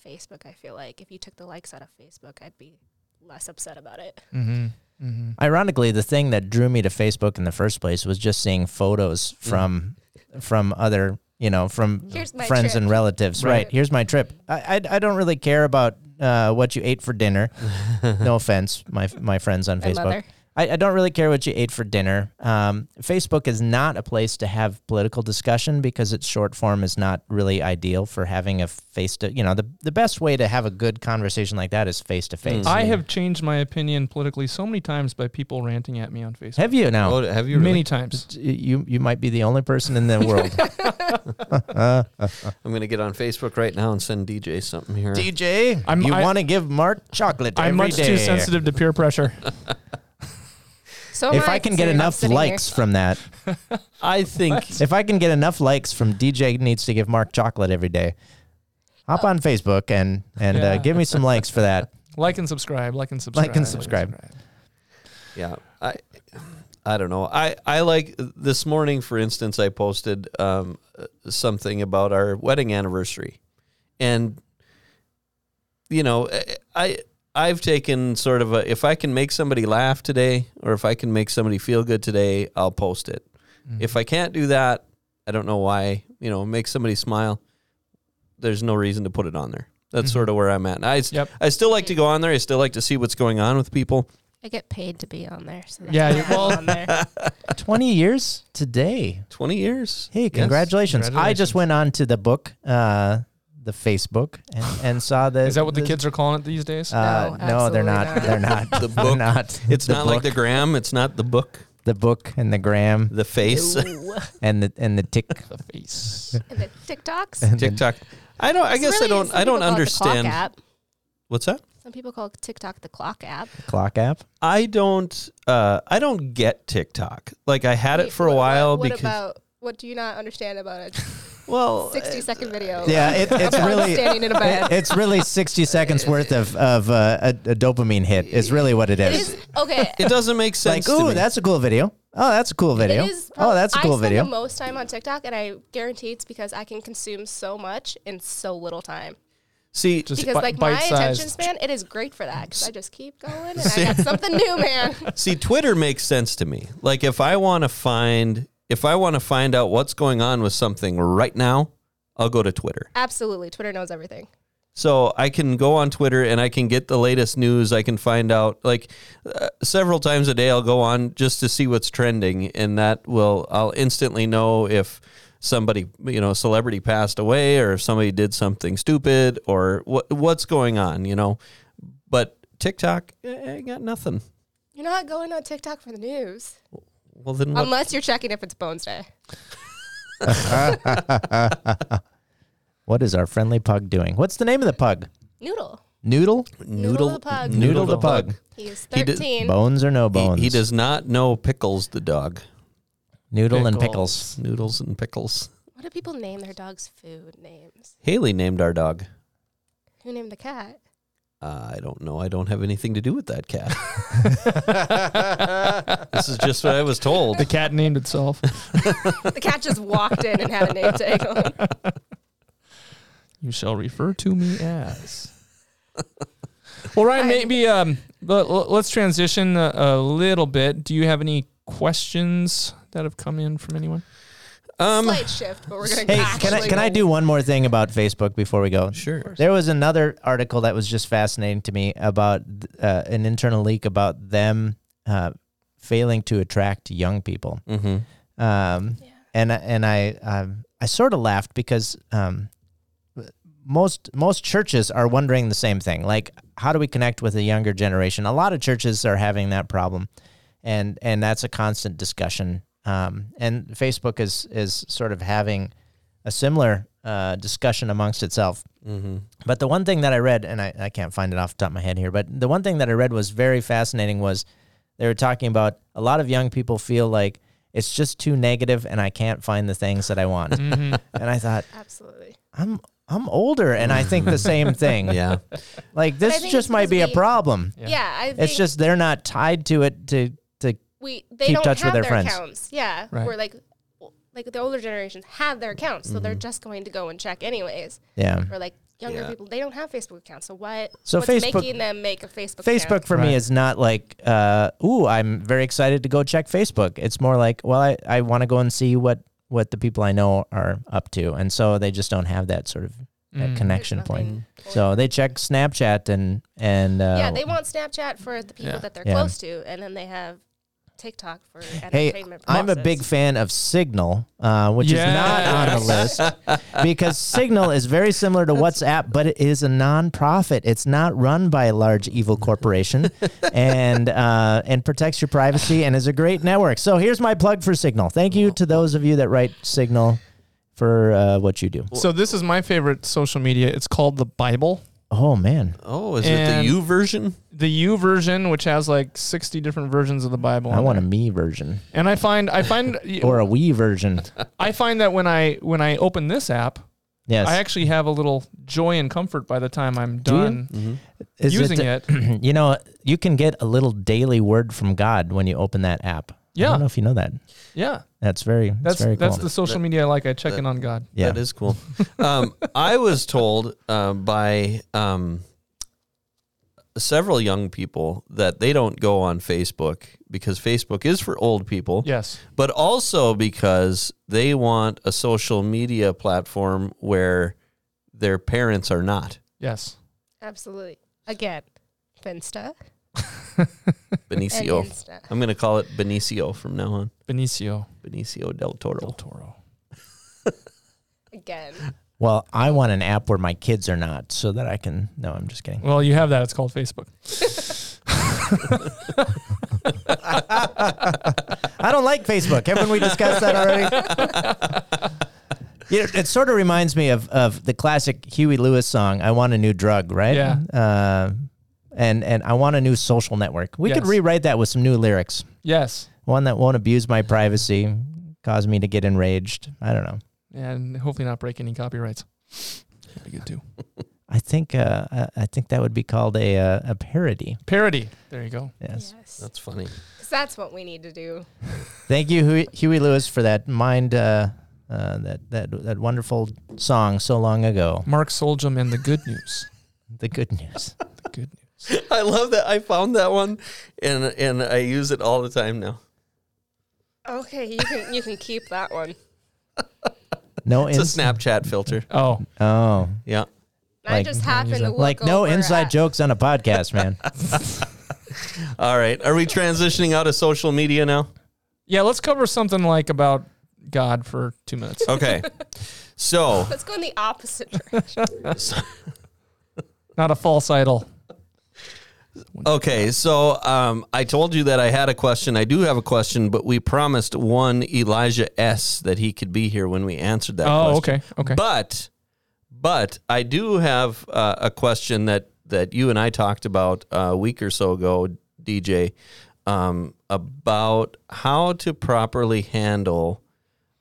Facebook. I feel like if you took the likes out of Facebook, I'd be less upset about it.
mm-hmm, mm-hmm.
Ironically, the thing that drew me to Facebook in the first place was just seeing photos
Mm-hmm.
from from other, you know, from
Here's my
friends
trip.
and relatives. Right.
Right.
Here's my trip. I, I I don't really care about uh, what you ate for dinner. no offense, my my friends on
My
Facebook.
mother.
I, I don't really care what you ate for dinner. Um, Facebook is not a place to have political discussion because its short form is not really ideal for having a face to. You know, the the best way to have a good conversation like that is face to face. Mm.
I have changed my opinion politically so many times by people ranting at me on Facebook.
Have you now?
Oh, have you
Many
really?
times.
you you might be the only person in the world.
I'm gonna get on Facebook right now and send DJ something here.
DJ,
I'm-
you
I-
want to give Mark chocolate
I'm
every
much
day.
too sensitive to peer pressure.
So am
If I can get
considering
enough
sitting here.
likes from that,
I think
if I can get enough likes from DJ needs to give Mark chocolate every day, hop on Facebook and and
Yeah.
uh, give me some likes for that.
like and subscribe. Like and subscribe.
subscribe.
Yeah. I I don't know. I I like this morning for instance I posted um uh, something about our wedding anniversary. And you know, I- I I've taken sort of a if I can make somebody laugh today or if I can make somebody feel good today, I'll post it.
Mm-hmm.
If I can't do that, I don't know why, you know, make somebody smile. There's no reason to put it on there. That's sort of where I'm at. And I, s-
Yep.
I still like to go on there. I still like to see what's going on with people.
I get paid to be on there. So
Yeah,
yeah,
you-
you're
well-
on there.
Twenty years today.
20 years.
Hey,
Yes.
congratulations! I
Congratulations.
just went on to the book, uh, the Facebook, and, and saw the.
Is that what the
the-
kids are calling it these days?
Uh,
No,
no, they're
absolutely
not.
not.
They're not.
The
They're
book.
not.
It's not like
book.
the gram. It's not the book,
the book and the gram
the face,
and the and the tick.
the face.
And the TikToks.
and the-
TikTok. I don't. I
It's
guess I
really-
don't.
some
I don't
people call it the clock
understand.
app.
What's that?
Some people call TikTok the clock app.
clock app.
I don't. Uh, I don't get TikTok. Like I had it
Wait,
for a
what-
while
what
because
about what do you not understand about a
well, uh,
60 second video?
Yeah, it, it's
about
really
standing in a bed.
it's really sixty seconds worth of of uh, a, a dopamine hit. Is really what it
It
is.
is okay.
it doesn't make sense.
Like,
to
ooh,
me.
that's a cool video. Oh, that's a cool video.
It is
Oh,
prob-
that's a cool
I spend
video.
the most time on TikTok, and I guarantee it's because I can consume so much in so little time.
see.
Just
Because
bi-
like my
bite-sized.
attention span, it is great for that. Because I just keep going, and I got something new, man.
See, Twitter makes sense to me. Like if I want to find if I want to find out what's going on with something right now, I'll go to Twitter.
Absolutely, Twitter knows everything.
So I can go on Twitter and I can get the latest news. I can find out like uh, several times a day. I'll go on just to see what's trending, and that will I'll instantly know if somebody you know a celebrity passed away or if somebody did something stupid or what what's going on. You know, but TikTok, eh, I got nothing.
You're not going on TikTok for the news
Well then, what?
unless you're checking if it's Bones Day.
What is our friendly pug doing? What's the name of the pug?
Noodle.
Noodle,
Um, Noodle the pug.
Noodle, the
the
pug.
pug.
He is
He did-
13.
bones or no
He-
bones?
He, does not know pickles. The dog,
noodle and
Pickles.
pickles.
noodles and pickles.
what do people name their dogs' food names?
Haley named our dog.
Who named the cat?
Uh, I don't know. I don't have anything to do with that cat. this is just what I was told.
The cat named itself.
The cat just walked in and had a name tag on.
you shall refer to me as. well, Ryan,
I-
maybe um, let, us transition a, a little bit. Do you have any questions that have come in from anyone?
Um,
Slight shift, but we're gonna.
Hey,
actually
can I can I
go-
do one more thing about Facebook before we go?
sure.
There was another article that was just fascinating to me about uh, an internal leak about them uh, failing to attract young people.
Mm-hmm.
Um, and and I um, I sort of laughed because um, most most churches are wondering the same thing. Like, how do we connect with a younger generation? A lot of churches are having that problem, and and that's a constant discussion. Um, and Facebook is is sort of having a similar uh, discussion amongst itself.
Mm-hmm.
But the one thing that I read, and I, I can't find it off the top of my head here, but the one thing that I read was very fascinating was they were talking about a lot of young people feel like it's just too negative and I can't find the things that I want. And I thought,
Absolutely.
I'm I'm older and I think the same thing.
Yeah.
Like
I
this
think it's
just might be a
because we-
problem.
Yeah, I think
It's just they're not tied to it to to
we they
keep
don't
touch with
have
their
their,
friends.
accounts. Yeah,
Right.
we're like like the older generations have their accounts, so they're just going to go and check anyways.
Mm-hmm. yeah.
Or like younger
Yeah.
people, they don't have Facebook accounts, so what?
So
what's
Facebook-
making them make a Facebook
Facebook
account?
for
Right.
me is not like, uh, ooh, I'm very excited to go check Facebook. It's more like, well, I, I want to go and see what, what the people I know are up to. And so they just don't have that sort of that
Mm.
connection
There's
point.
nothing for
So they check Snapchat and, and, uh,
yeah, they want Snapchat for the people
Yeah.
that they're
Yeah.
close to, and then they have TikTok for
Hey,
entertainment.
I'm a
purposes.
big fan of Signal, uh, which is
Yes.
not on the list because Signal is very similar to WhatsApp, but it is a nonprofit. It's not run by a large evil corporation, and uh, and protects your privacy and is a great network. So here's my plug for Signal. Thank you to those of you that write Signal for uh, what you do.
So this is my favorite social media. It's called the Bible.
Oh man,
Oh, is it the
And-
U version?
The U version, which has like sixty different versions of the Bible.
I
on
want a
there.
me version
And I find I find
or a we version.
I find that when I when I open this app,
Yes,
I actually have a little joy and comfort by the time I'm
you?
done
Mm-hmm.
Is
using
it-
it.
you know, you can get a little daily word from God when you open that app. I
Yeah.
don't know if you know that.
Yeah,
That's very that's,
that's
very
that's,
cool.
the social media I like. I check in on God.
yeah.
That is cool. Um, I was told um by um, several young people that they don't go on Facebook because Facebook is for old people,
Yes.
but also because they want a social media platform where their parents are not.
Yes.
absolutely again, Finsta
E
and
Benicio.
Insta.
I'm going to call it Benicio from now on.
Benicio
Benicio del Toro.
del Toro.
Again,
Well, I want an app where my kids are not so that I can No, I'm just kidding.
Well, you have that. It's called Facebook.
I don't like Facebook. Haven't we discussed that already? You know, it sort of reminds me of, of the classic Huey Lewis song, I Want a New Drug, right?
Yeah.
Uh, and, and I want a new social network. We could
Yes.
rewrite that with some new lyrics.
Yes.
One that won't abuse my privacy, cause me to get enraged. I don't know.
And hopefully not break any copyrights. That'd be good too.
I think uh, I- I think that would be called a uh, a parody.
Parody. There you go.
Yes.
yes,
That's funny.
'Cause that's what we need to do.
Thank you, Huey, Huey Lewis, for that mind uh, uh, that that that wonderful song so long ago.
Mark Soljum and the good news.
The good news.
The good news.
I love that. I found that one and and I use it all the time now.
Okay, you can you can keep that one.
No
It's a
ins-
Snapchat filter.
Oh,
Oh,
Yeah.
I
Like, mm-hmm,
just happened to look
like no
over
inside
at-
jokes on a podcast, man.
All right. Are we transitioning out of social media now?
yeah. Let's cover something like about God for two minutes.
Okay. So,
Let's go in the opposite direction.
Not a false idol.
okay. So, um, I told you that I had a question. I do have a question, but we promised one Elijah S that he could be here when we answered that
Oh,
question.
okay, okay.
But, but I do have uh, a question that, that you and I talked about uh, a week or so ago, DJ, um, about how to properly handle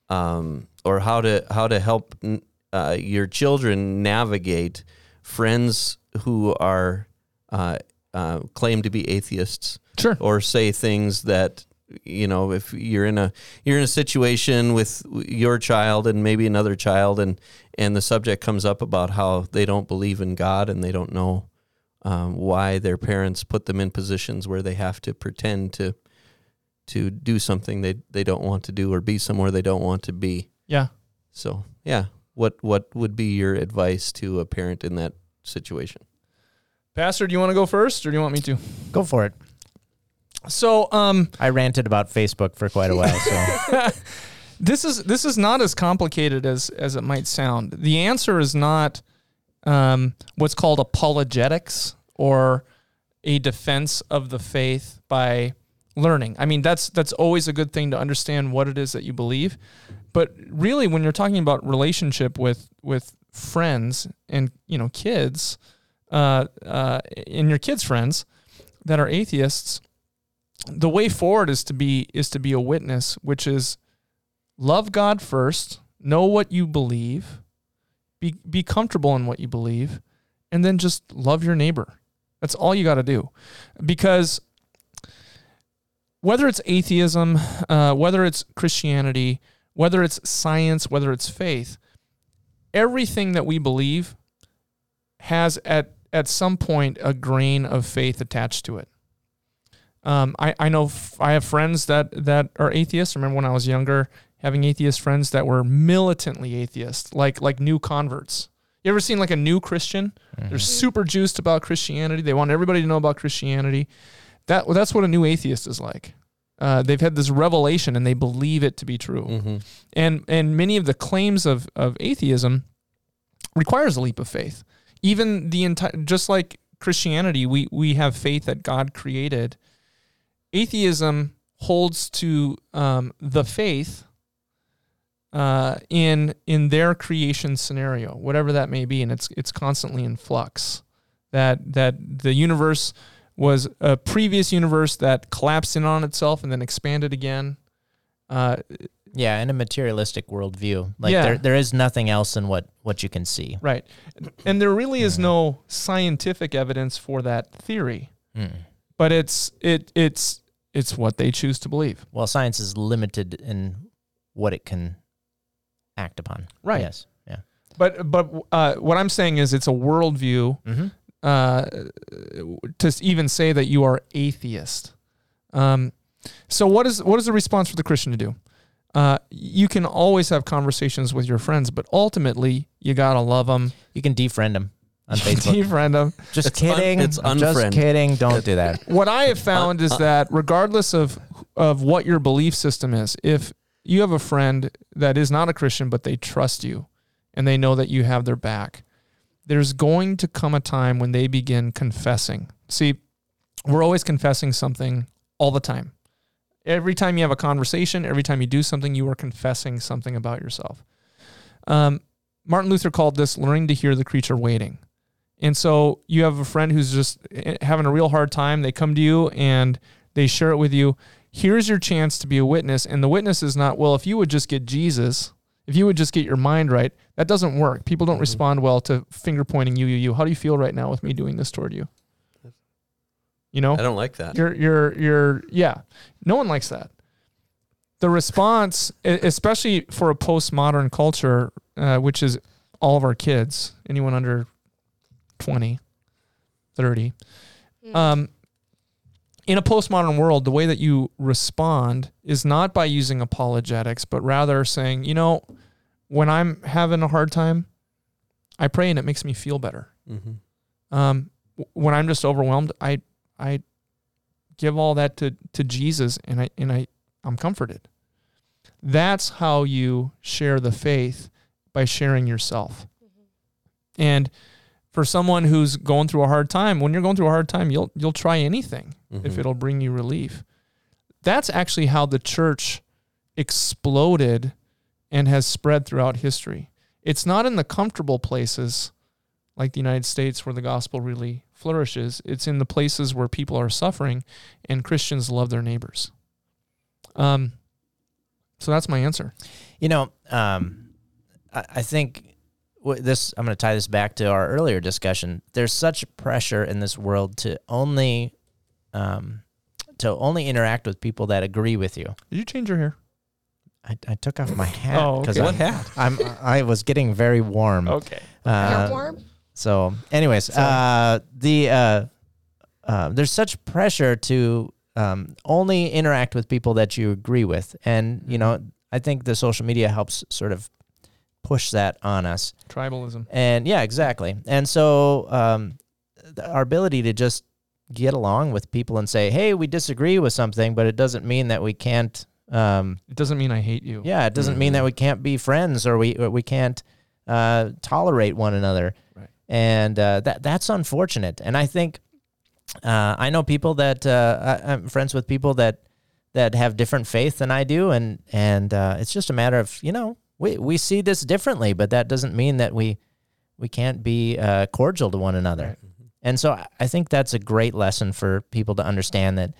um, or how to how to help n- uh, your children navigate friends who are uh, uh, claim to be atheists
Sure.
or say things that you know if you're in a you're in a situation with your child and maybe another child and and the subject comes up about how they don't believe in God and they don't know um, why their parents put them in positions where they have to pretend to to do something they they don't want to do or be somewhere they don't want to be.
Yeah.
So yeah, what what would be your advice to a parent in that situation?
Pastor, do you want to go first, or do you want me to?
Go for it.
So um,
I ranted about Facebook for quite a while. So
this is this is not as complicated as as it might sound. The answer is not um, what's called apologetics or a defense of the faith by learning. I mean, that's that's always a good thing to understand what it is that you believe. But really, when you're talking about relationship with with friends and you know kids, uh, uh, and your kids' friends that are atheists, the way forward is to be is to be a witness, which is love God first, know what you believe, be be comfortable in what you believe, and then just love your neighbor. That's all you got to do, because whether it's atheism, uh, whether it's Christianity, whether it's science, whether it's faith, everything that we believe has at at some point a grain of faith attached to it. Um, I, I know f- I have friends that, that are atheists. Remember when I was younger, having atheist friends that were militantly atheist, like like new converts. You ever seen like a new Christian? They're super juiced about Christianity. They want everybody to know about Christianity. That well, that's what a new atheist is like. Uh, they've had this revelation and they believe it to be true. And and many of the claims of of atheism requires a leap of faith. Even the entire, just like Christianity, we we have faith that God created atheism holds to um, the faith uh, in in their creation scenario, whatever that may be, and it's it's constantly in flux. That that the universe was a previous universe that collapsed in on itself and then expanded again. Uh,
yeah, in a materialistic worldview, like
Yeah.
there there is nothing else in what what you can see.
right, and there really is no scientific evidence for that theory,
Hmm.
but it's it it's it's what they choose to believe.
Well, science is limited in what it can act upon.
Right.
Yes. Yeah.
But but uh, what I'm saying is it's a worldview
Mm-hmm.
uh, to s- even say that you are atheist. Um, so what is what is the response for the Christian to do? Uh, you can always have conversations with your friends, but ultimately you gotta love them,
You can defriend them on Facebook.
defriend them.
just
It's un-
kidding.
it's unfriend.
Just kidding. Don't do that.
What I have found is that regardless of of what your belief system is, if you have a friend that is not a Christian but they trust you and they know that you have their back, there's going to come a time when they begin confessing. See, we're always confessing something all the time. Every time you have a conversation, every time you do something, you are confessing something about yourself. Um, Martin Luther called this learning to hear the creature waiting. And so you have a friend who's just eh, having a real hard time. They come to you and they share it with you. Here's your chance to be a witness. And the witness is not, well, if you would just get Jesus, if you would just get your mind right, that doesn't work. People don't respond well to finger pointing you, you, you. How do you feel right now with me doing this toward you? You know?
I don't like that.
You're you're you're yeah. No one likes that. The response, e- especially for a postmodern culture, uh, which is all of our kids, anyone under 20, 30,
Hmm. Mm-hmm.
um, in a postmodern world, the way that you respond is not by using apologetics, but rather saying, you know, when I'm having a hard time, I pray and it makes me feel better.
Mhm.
Um, w- when I'm just overwhelmed, I I give all that to to Jesus, and I and I I'm comforted. That's how you share the faith by sharing yourself. And for someone who's going through a hard time, when you're going through a hard time, you'll you'll try anything if
Mm-hmm.
it'll bring you relief. That's actually how the church exploded and has spread throughout history. It's not in the comfortable places like the United States where the gospel really flourishes. It's in the places where people are suffering and Christians love their neighbors. Um, so that's my answer.
You know, um, I, I think w- this. I'm going to tie this back to our earlier discussion. There's such pressure in this world to only, um, to only interact with people that agree with you.
Did you change your hair?
I, I took off my hat
Oh,
because
okay.
What hat?
I'm, I was getting very warm.
Okay.
Uh,
Oh. You're warm.
So, anyways, uh, the uh, uh, there's such pressure to um, only interact with people that you agree with, and you know, I think the social media helps sort of push that on us.
Tribalism.
And yeah, exactly. And so, um, th- our ability to just get along with people and say, "Hey, we disagree with something, but it doesn't mean that we can't." Um,
It doesn't mean I hate you.
yeah, it doesn't mean that we can't be friends or we or we can't uh, tolerate one another.
Right.
And uh, that that's unfortunate. And I think uh, I know people that uh, I, I'm friends with people that that have different faith than I do, and and uh, it's just a matter of you know we we see this differently, but that doesn't mean that we we can't be uh, cordial to one another. And so I- I think that's a great lesson for people to understand that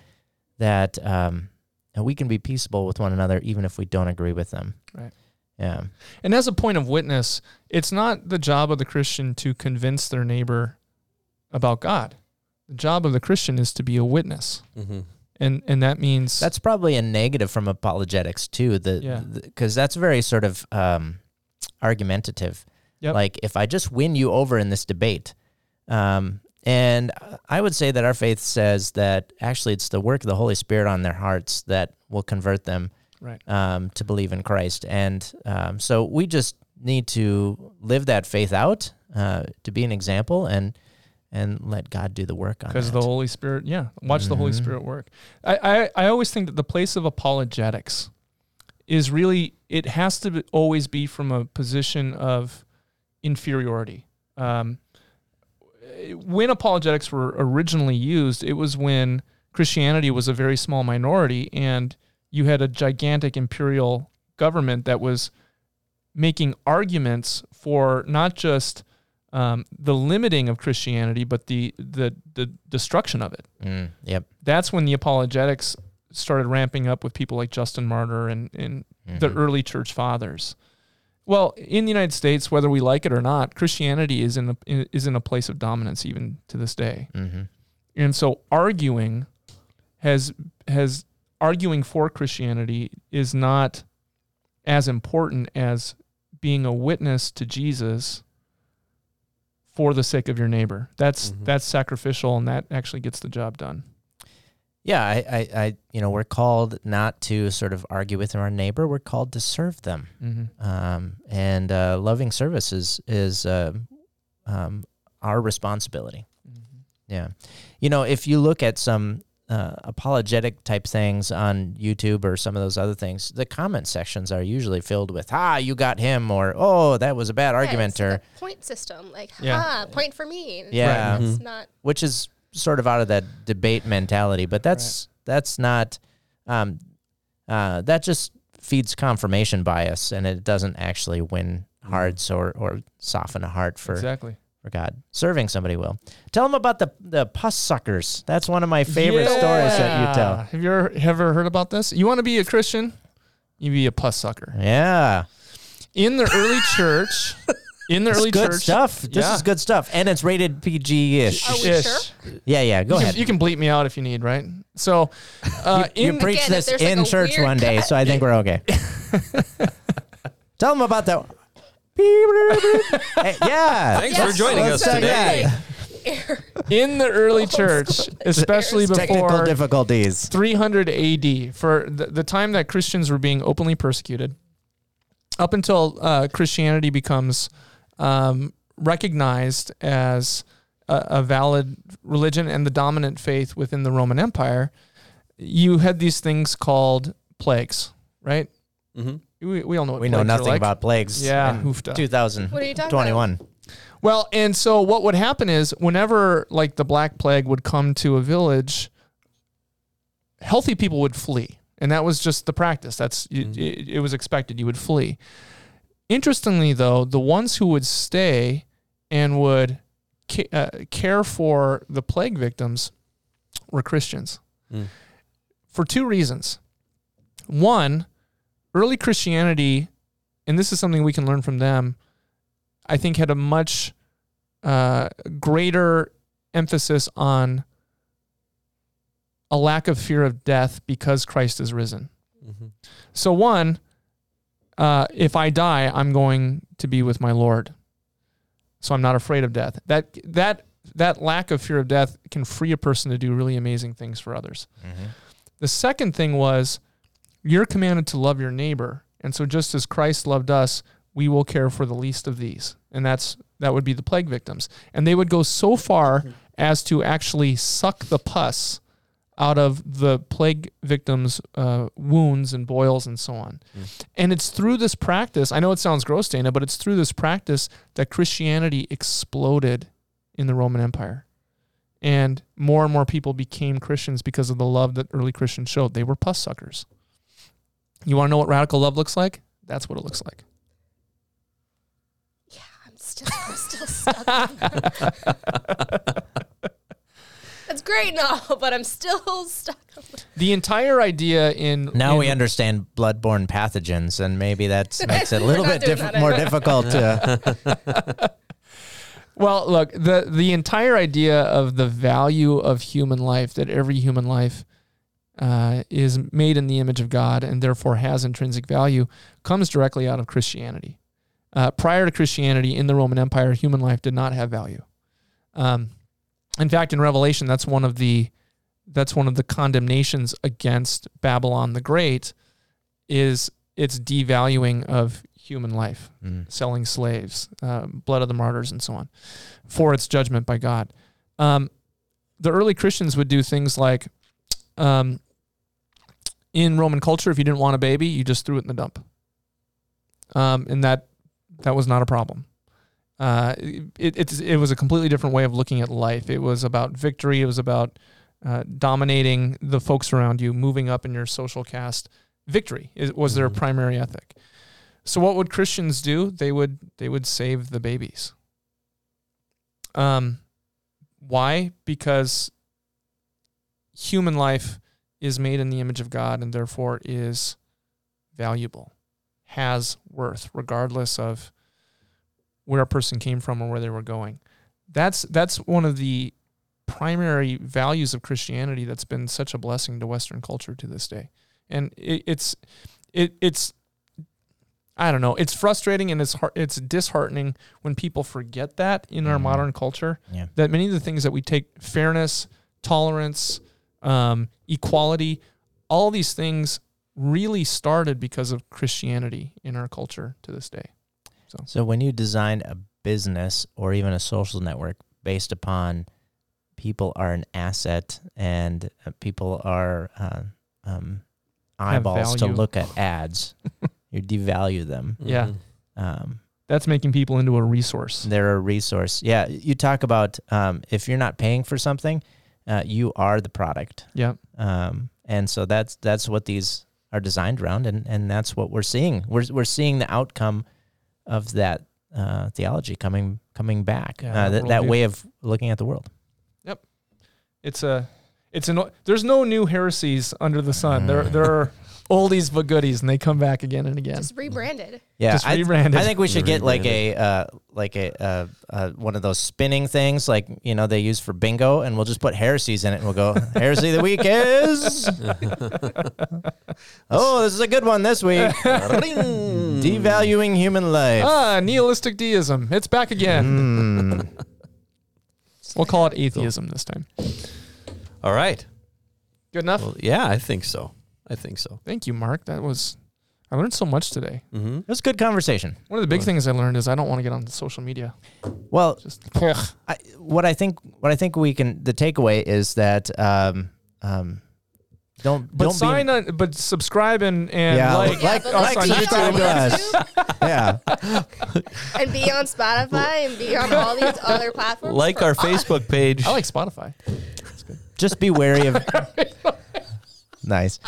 that um, and we can be peaceable with one another even if we don't agree with them.
Right.
Yeah.
And as a point of witness, it's not the job of the Christian to convince their neighbor about God. The job of the Christian is to be a witness.
Mm-hmm.
And and that means
That's probably a negative from apologetics too. The
Yeah.
because that's very sort of um, argumentative.
Yep.
Like if I just win you over in this debate, um, and I would say that our faith says that actually it's the work of the Holy Spirit on their hearts that will convert them
right.
um, to believe in Christ. And um, so we just need to live that faith out uh, to be an example and and let God do the work on
Because
that.
the Holy Spirit, yeah, watch the Holy
Mhm.
Spirit work. I, I, I always think that the place of apologetics is really, it has to be, always be from a position of inferiority. Um, when apologetics were originally used, it was when Christianity was a very small minority and you had a gigantic imperial government that was making arguments for not just um, the limiting of Christianity, but the, the the destruction of it.
Mm, yep.
That's when the apologetics started ramping up with people like Justin Martyr and, and the
Mhm.
early church fathers. Well, in the United States, whether we like it or not, Christianity is in a, is in a place of dominance even to this day.
Mhm.
And so arguing has has arguing for Christianity is not as important as being a witness to Jesus for the sake of your neighbor. That's
Mhm.
that's sacrificial and that actually gets the job done.
Yeah, I, I, I, you know, we're called not to sort of argue with our neighbor. We're called to serve them,
Mm-hmm.
um, and uh, loving service is is uh, um, our responsibility. Yeah, you know, if you look at some uh, apologetic type things on YouTube or some of those other things, the comment sections are usually filled with "Ah, you got him," or "Oh, that was a bad argument,"
Yeah,
or
it's the point system, like,
Yeah.
ha, point for me. And
Yeah.
It's
Mhm.
not.
which is sort of out of that debate mentality. But that's that's not um, uh, that just feeds confirmation bias, and it doesn't actually win
Mm-hmm.
hearts or or soften a heart for
Exactly.
for God. Serving somebody will. Tell them about the the pus suckers. That's one of my favorite stories that you tell.
Have you ever, ever heard about this? You want to be a Christian? You be a pus sucker.
Yeah,
In the early church, in the
It's
early
good
church
stuff. This
Yeah.
is good stuff, and it's rated PG ish.
Are we
Ish.
sure?
Yeah, yeah. Go
you
ahead.
Can, you can bleep me out if you need, right? So, uh,
you
in
preach
Again, if
this
there's, like,
in
a
church
weird
one day, so I think we're okay. Tell them about that. Hey, yeah.
Thanks
Yes,
for joining
let's
us
say
today.
that. Error.
in the early
Oh,
church, especially
Technical
before
difficulties.
300 AD, for the, the time that Christians were being openly persecuted, up until uh, Christianity becomes um, recognized as a, a valid religion and the dominant faith within the Roman Empire, you had these things called plagues, right?
Mhm.
We, we all know what
We know
plagues are
nothing
like.
about plagues.
Yeah,
in
hoofda.
2021.
Well, and so what would happen is whenever like the Black Plague would come to a village, healthy people would flee. And that was just the practice. That's you- it, it was expected. You would flee. Interestingly, though, the ones who would stay and would ca- uh, care for the plague victims were Christians
Mm.
for two reasons. One, early Christianity, and this is something we can learn from them, I think had a much uh, greater emphasis on a lack of fear of death because Christ is risen.
Mhm.
So one, uh, if I die, I'm going to be with my Lord. So I'm not afraid of death. That that that lack of fear of death can free a person to do really amazing things for others.
Mm-hmm.
The second thing was you're commanded to love your neighbor. And so just as Christ loved us, we will care for the least of these. And that's that would be the plague victims. And they would go so far as to actually suck the pus out of the plague victims' uh, wounds and boils and so on. And it's through this practice, I know it sounds gross, Dana, but it's through this practice that Christianity exploded in the Roman Empire. And more and more people became Christians because of the love that early Christians showed. They were pus suckers. You want to know what radical love looks like? That's what it looks like.
Yeah, I'm still, I'm still stuck. on that. That's great and all, but I'm still stuck. on that.
The entire idea in
Now
in-
we understand bloodborne pathogens, and maybe that makes it a little
We're
bit
not doing
diff-
that
more
anymore.
difficult to.
Well, look, the the entire idea of the value of human life that every human life uh, is made in the image of God and therefore has intrinsic value comes directly out of Christianity. Uh, prior to Christianity in the Roman Empire, human life did not have value. Um, in fact, in Revelation, that's one of the that's one of the condemnations against Babylon the Great is its devaluing of human life
Mm.
selling slaves, uh, blood of the martyrs, and so on, for its judgment by God. Um, the early Christians would do things like, um, in Roman culture, if you didn't want a baby, you just threw it in the dump, um, and that that was not a problem. Uh, it, it's it was a completely different way of looking at life. It was about victory. It was about uh, dominating the folks around you, moving up in your social caste. Victory is, was their
Mhm.
primary ethic. So what would Christians do? They would they would save the babies. Um why? Because human life is made in the image of God and therefore is valuable, has worth regardless of where a person came from or where they were going. That's that's one of the primary values of Christianity that's been such a blessing to western culture to this day. And it, it's it it's I don't know. It's frustrating and it's heart, it's disheartening when people forget that in our
Mhm.
modern culture.
Yeah.
That many of the things that we take fairness, tolerance, um, equality, all these things really started because of Christianity in our culture to this day.
So when you design a business or even a social network based upon people are an asset and uh, people are uh, um, eyeballs to
value.
look at ads, you devalue them.
Yeah.
Mhm.
Um,
That's making people into a resource.
They're a resource. Yeah, you talk about um, if you're not paying for something, uh, you are the product,
Yeah.
um, and so that's that's what these are designed around, and and that's what we're seeing. We're we're seeing the outcome of that uh, theology coming coming back.
Yeah,
uh,
that
that that
worldview.
way of looking at the world.
It's a it's an there's no new heresies under the sun. There there are
Mm.
oldies but goodies and they come back again and again.
Just rebranded.
Yeah,
Just
I,
rebranded.
I think we should get like a uh, like a uh, uh, one of those spinning things, like you know they use for bingo, and we'll just put heresies in it, and we'll go heresy of the week is.
Mm-hmm.
oh, this is a good one this week. Ring. Devaluing human life.
ah, nihilistic deism. It's back again.
Hmm.
We'll call it atheism this time.
All right.
Good enough.
Well, yeah, I think so. I think so.
Thank you, Mark. That was I learned so much today.
Mm-hmm.
It was a good conversation.
One of the big
Really?
things I learned is I don't want to get on social media.
Well,
Just
I, what I think what I think we can the takeaway is that um, um, don't
but
don't
sign
be,
on, but subscribe and and
Yeah,
like.
like-
but
like subscribe
to us.
YouTube
yeah.
and be on Spotify and be on all these other platforms.
Like
for
our
us.
Facebook page.
I like Spotify.
just be wary of nice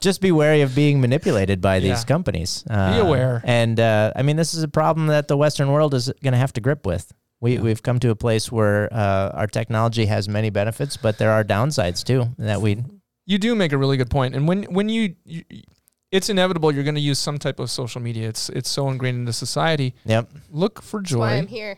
just be wary of being manipulated by these
Yeah.
companies uh,
aware.
and uh, i mean this is a problem that the western world is going to have to grip with we, we've come to a place where uh, our technology has many benefits but there are downsides too that we
You do make a really good point, and when when you, you it's inevitable you're going to use some type of social media. It's it's so ingrained into society.
yep
Look for
That's why I'm
joy.
here.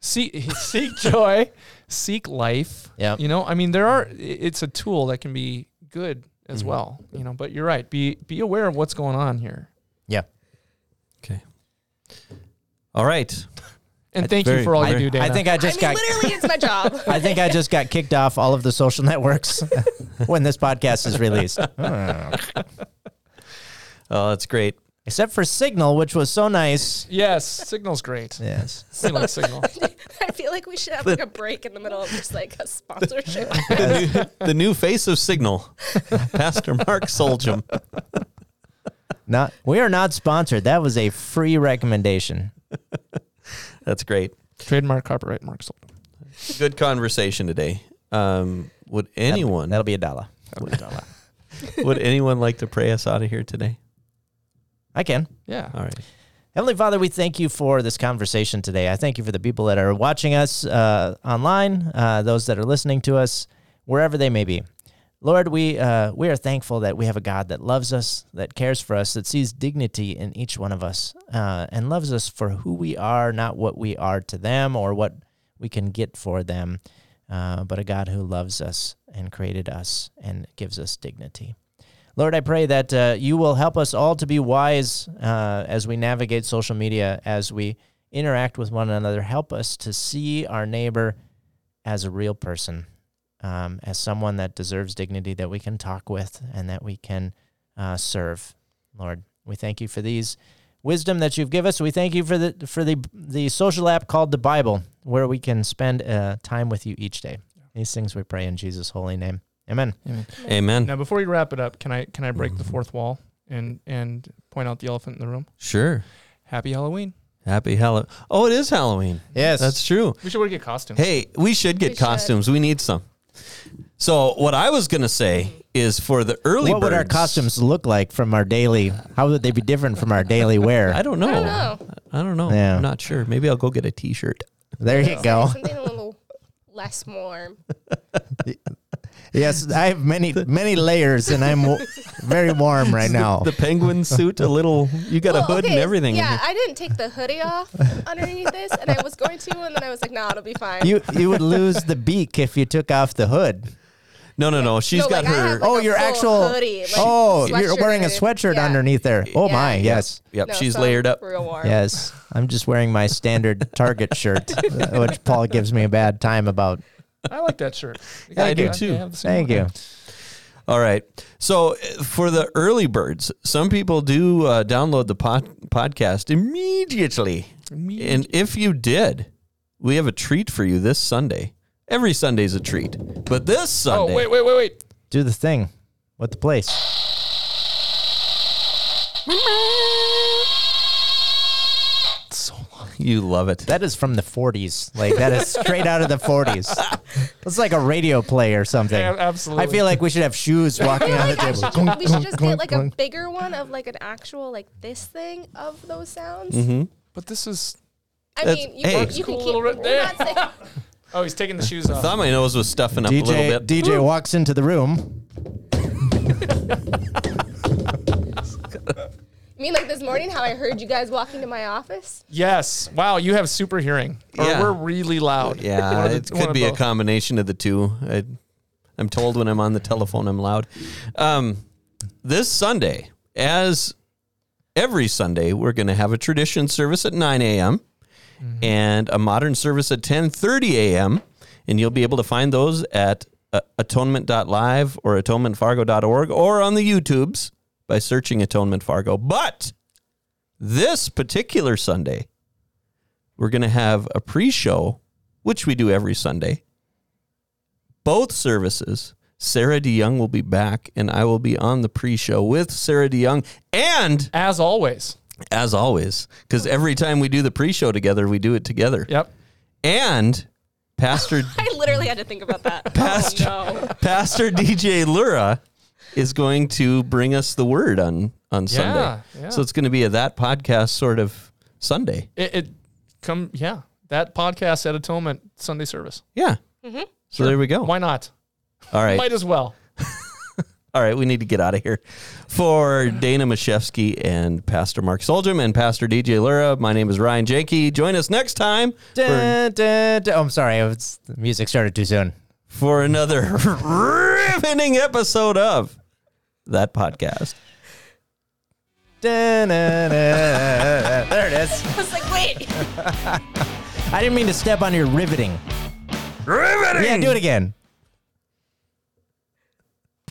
Seek seek joy. Seek life.
yep
You know, I mean, there are. i- It's a tool that can be good
Mm-hmm.
as well. You know, but you're right. Be be aware of what's going on here.
All right.
And
I-
thank
very-
you for all
very-
you do, Dana.
i think i
I mean,
just got
literally, it's my job.
I think I just got kicked off all of the social networks when this podcast is released. Hmm.
Oh, that's great.
except for Signal, which was so nice.
Yes, Signal's great.
Yes.
We like Signal.
I feel like we should have like a break in the middle of just like a sponsorship.
the new face of Signal, Pastor Mark Soljum.
Not we are not sponsored. That was a free recommendation.
That's great.
Trademark, copyright, Mark sold.
Good conversation today. Um, would anyone
That'll be a dollar.
would anyone like to pray us out of here today?
I can.
Yeah.
Uh,
All right.
Heavenly Father, we thank you for this conversation today. I thank you for the people that are watching us uh, online, uh, those that are listening to us, wherever they may be. Lord, we uh, we are thankful that we have a God that loves us, that cares for us, that sees dignity in each one of us, uh, and loves us for who we are, not what we are to them or what we can get for them, uh, but a God who loves us and created us and gives us dignity. Lord, I pray that uh, you will help us all to be wise uh, as we navigate social media, as we interact with one another. Help us to see our neighbor as a real person, um, as someone that deserves dignity, that we can talk with, and that we can uh, serve. Lord, we thank you for these wisdom that you've given us. We thank you for the for the the social app called the Bible, where we can spend uh, time with you each day. These things we pray in Jesus' holy name. Amen.
Amen.
Now, before we wrap it up, can I can I break
Mm-hmm.
the fourth wall and and point out the elephant in the room?
Sure.
Happy Halloween.
Happy Halloween. Oh, it is Halloween.
Yes.
That's true.
We should wear get costumes.
Hey, we should get
We should.
costumes. We need some. So what I was gonna say is for the early
what would our
birds-
costumes look like from our daily? How would they be different from our daily
I
wear?
don't know.
I don't know.
I don't know.
Yeah.
I'm not sure. Maybe I'll go get a T-shirt.
There you go.
Something a little less warm.
Yes, I have many many layers, and I'm w- very warm right now.
The penguin suit, a little. You got a
Well,
hood and
okay,
everything. in
Yeah,
here.
I didn't take the hoodie off underneath this, and I was going to, and then I was like, "Nah, it'll be fine."
You you would lose the beak if you took off the hood.
No, no, no. She's
No,
got
like, I
her.
have, like,
oh,
a
your
full
actual.
hoodie, like,
oh, you're
sweatshirt
wearing a
hoodie.
sweatshirt
Yeah.
underneath there. Oh
Yeah.
my, yes.
yep.
No,
she's
so
layered up.
Real warm.
Yes, I'm just wearing my standard Target shirt, which Paul gives me a bad time about.
I like that shirt.
I do too.
have the same
Thank
one.
you.
All right. So uh, for the early birds, some people do uh, download the pod- podcast immediately. And if you did, we have a treat for you this Sunday. Every Sunday's a treat, but this
Oh
Sunday,
wait wait wait wait.
Do the thing. What the place?
So long.
you love it.
That is from the 40s. Like that is straight out of the 40s. It's like a radio play or something.
Yeah, absolutely.
I feel like we should have shoes walking on the
I
table.
should ju- Oh we should just get like a bigger one of like an actual like this thing of those sounds.
But this is.
I
Mm-hmm. That's-
mean, you,
hey.
can, you can
Cool
keep.
little right
we're
there.
not saying-
Oh, he's taking the shoes off.
Thought my nose was stuffing up a
DJ
little bit.
DJ walks into the room.
I mean, like this morning, how I heard you guys walk into my office.
Yes. Wow, you have super hearing. Or
Yeah.
we're really loud.
Yeah,
One of the-
it
one
could
of
be a
both.
combination of the two. I, I'm told when I'm on the telephone, I'm loud. Um, this Sunday, as every Sunday, we're going to have a tradition service at 9 a.m.
Mm-hmm.
and a modern service at 10:30 a.m. And you'll be able to find those at uh, atonement.live or atonementfargo.org or on the YouTubes by searching Atonement Fargo. But this particular Sunday, we're going to have a pre show, which we do every Sunday. Both services, Sarah DeYoung will be back, and I will be on the pre show with Sarah DeYoung. And
As always.
as always, because every time we do the pre show together, we do it together.
Yep.
And Pastor
I literally had to think about that.
Pastor-
Oh, no.
Pastor DJ Lura is going to bring us the word on, on Sunday.
Yeah, yeah.
So it's going to be a that podcast sort of Sunday.
It, it come yeah. That podcast at Atonement Sunday service.
Yeah. So there we go.
Why not?
All right.
Mm-hmm. Might as well.
All right, we need to get out of here. For Dana Mashevsky and Pastor Mark Soljum and Pastor DJ Lura, my name is Ryan Janke. Join us next time for,
Dun, dun, dun. Oh, I'm sorry. It's, the music started too soon.
for another riveting episode of that podcast.
Dun, dun, dun, dun, dun. There it is.
I was like, wait.
I didn't mean to step on your riveting. Riveting. Yeah, do it again.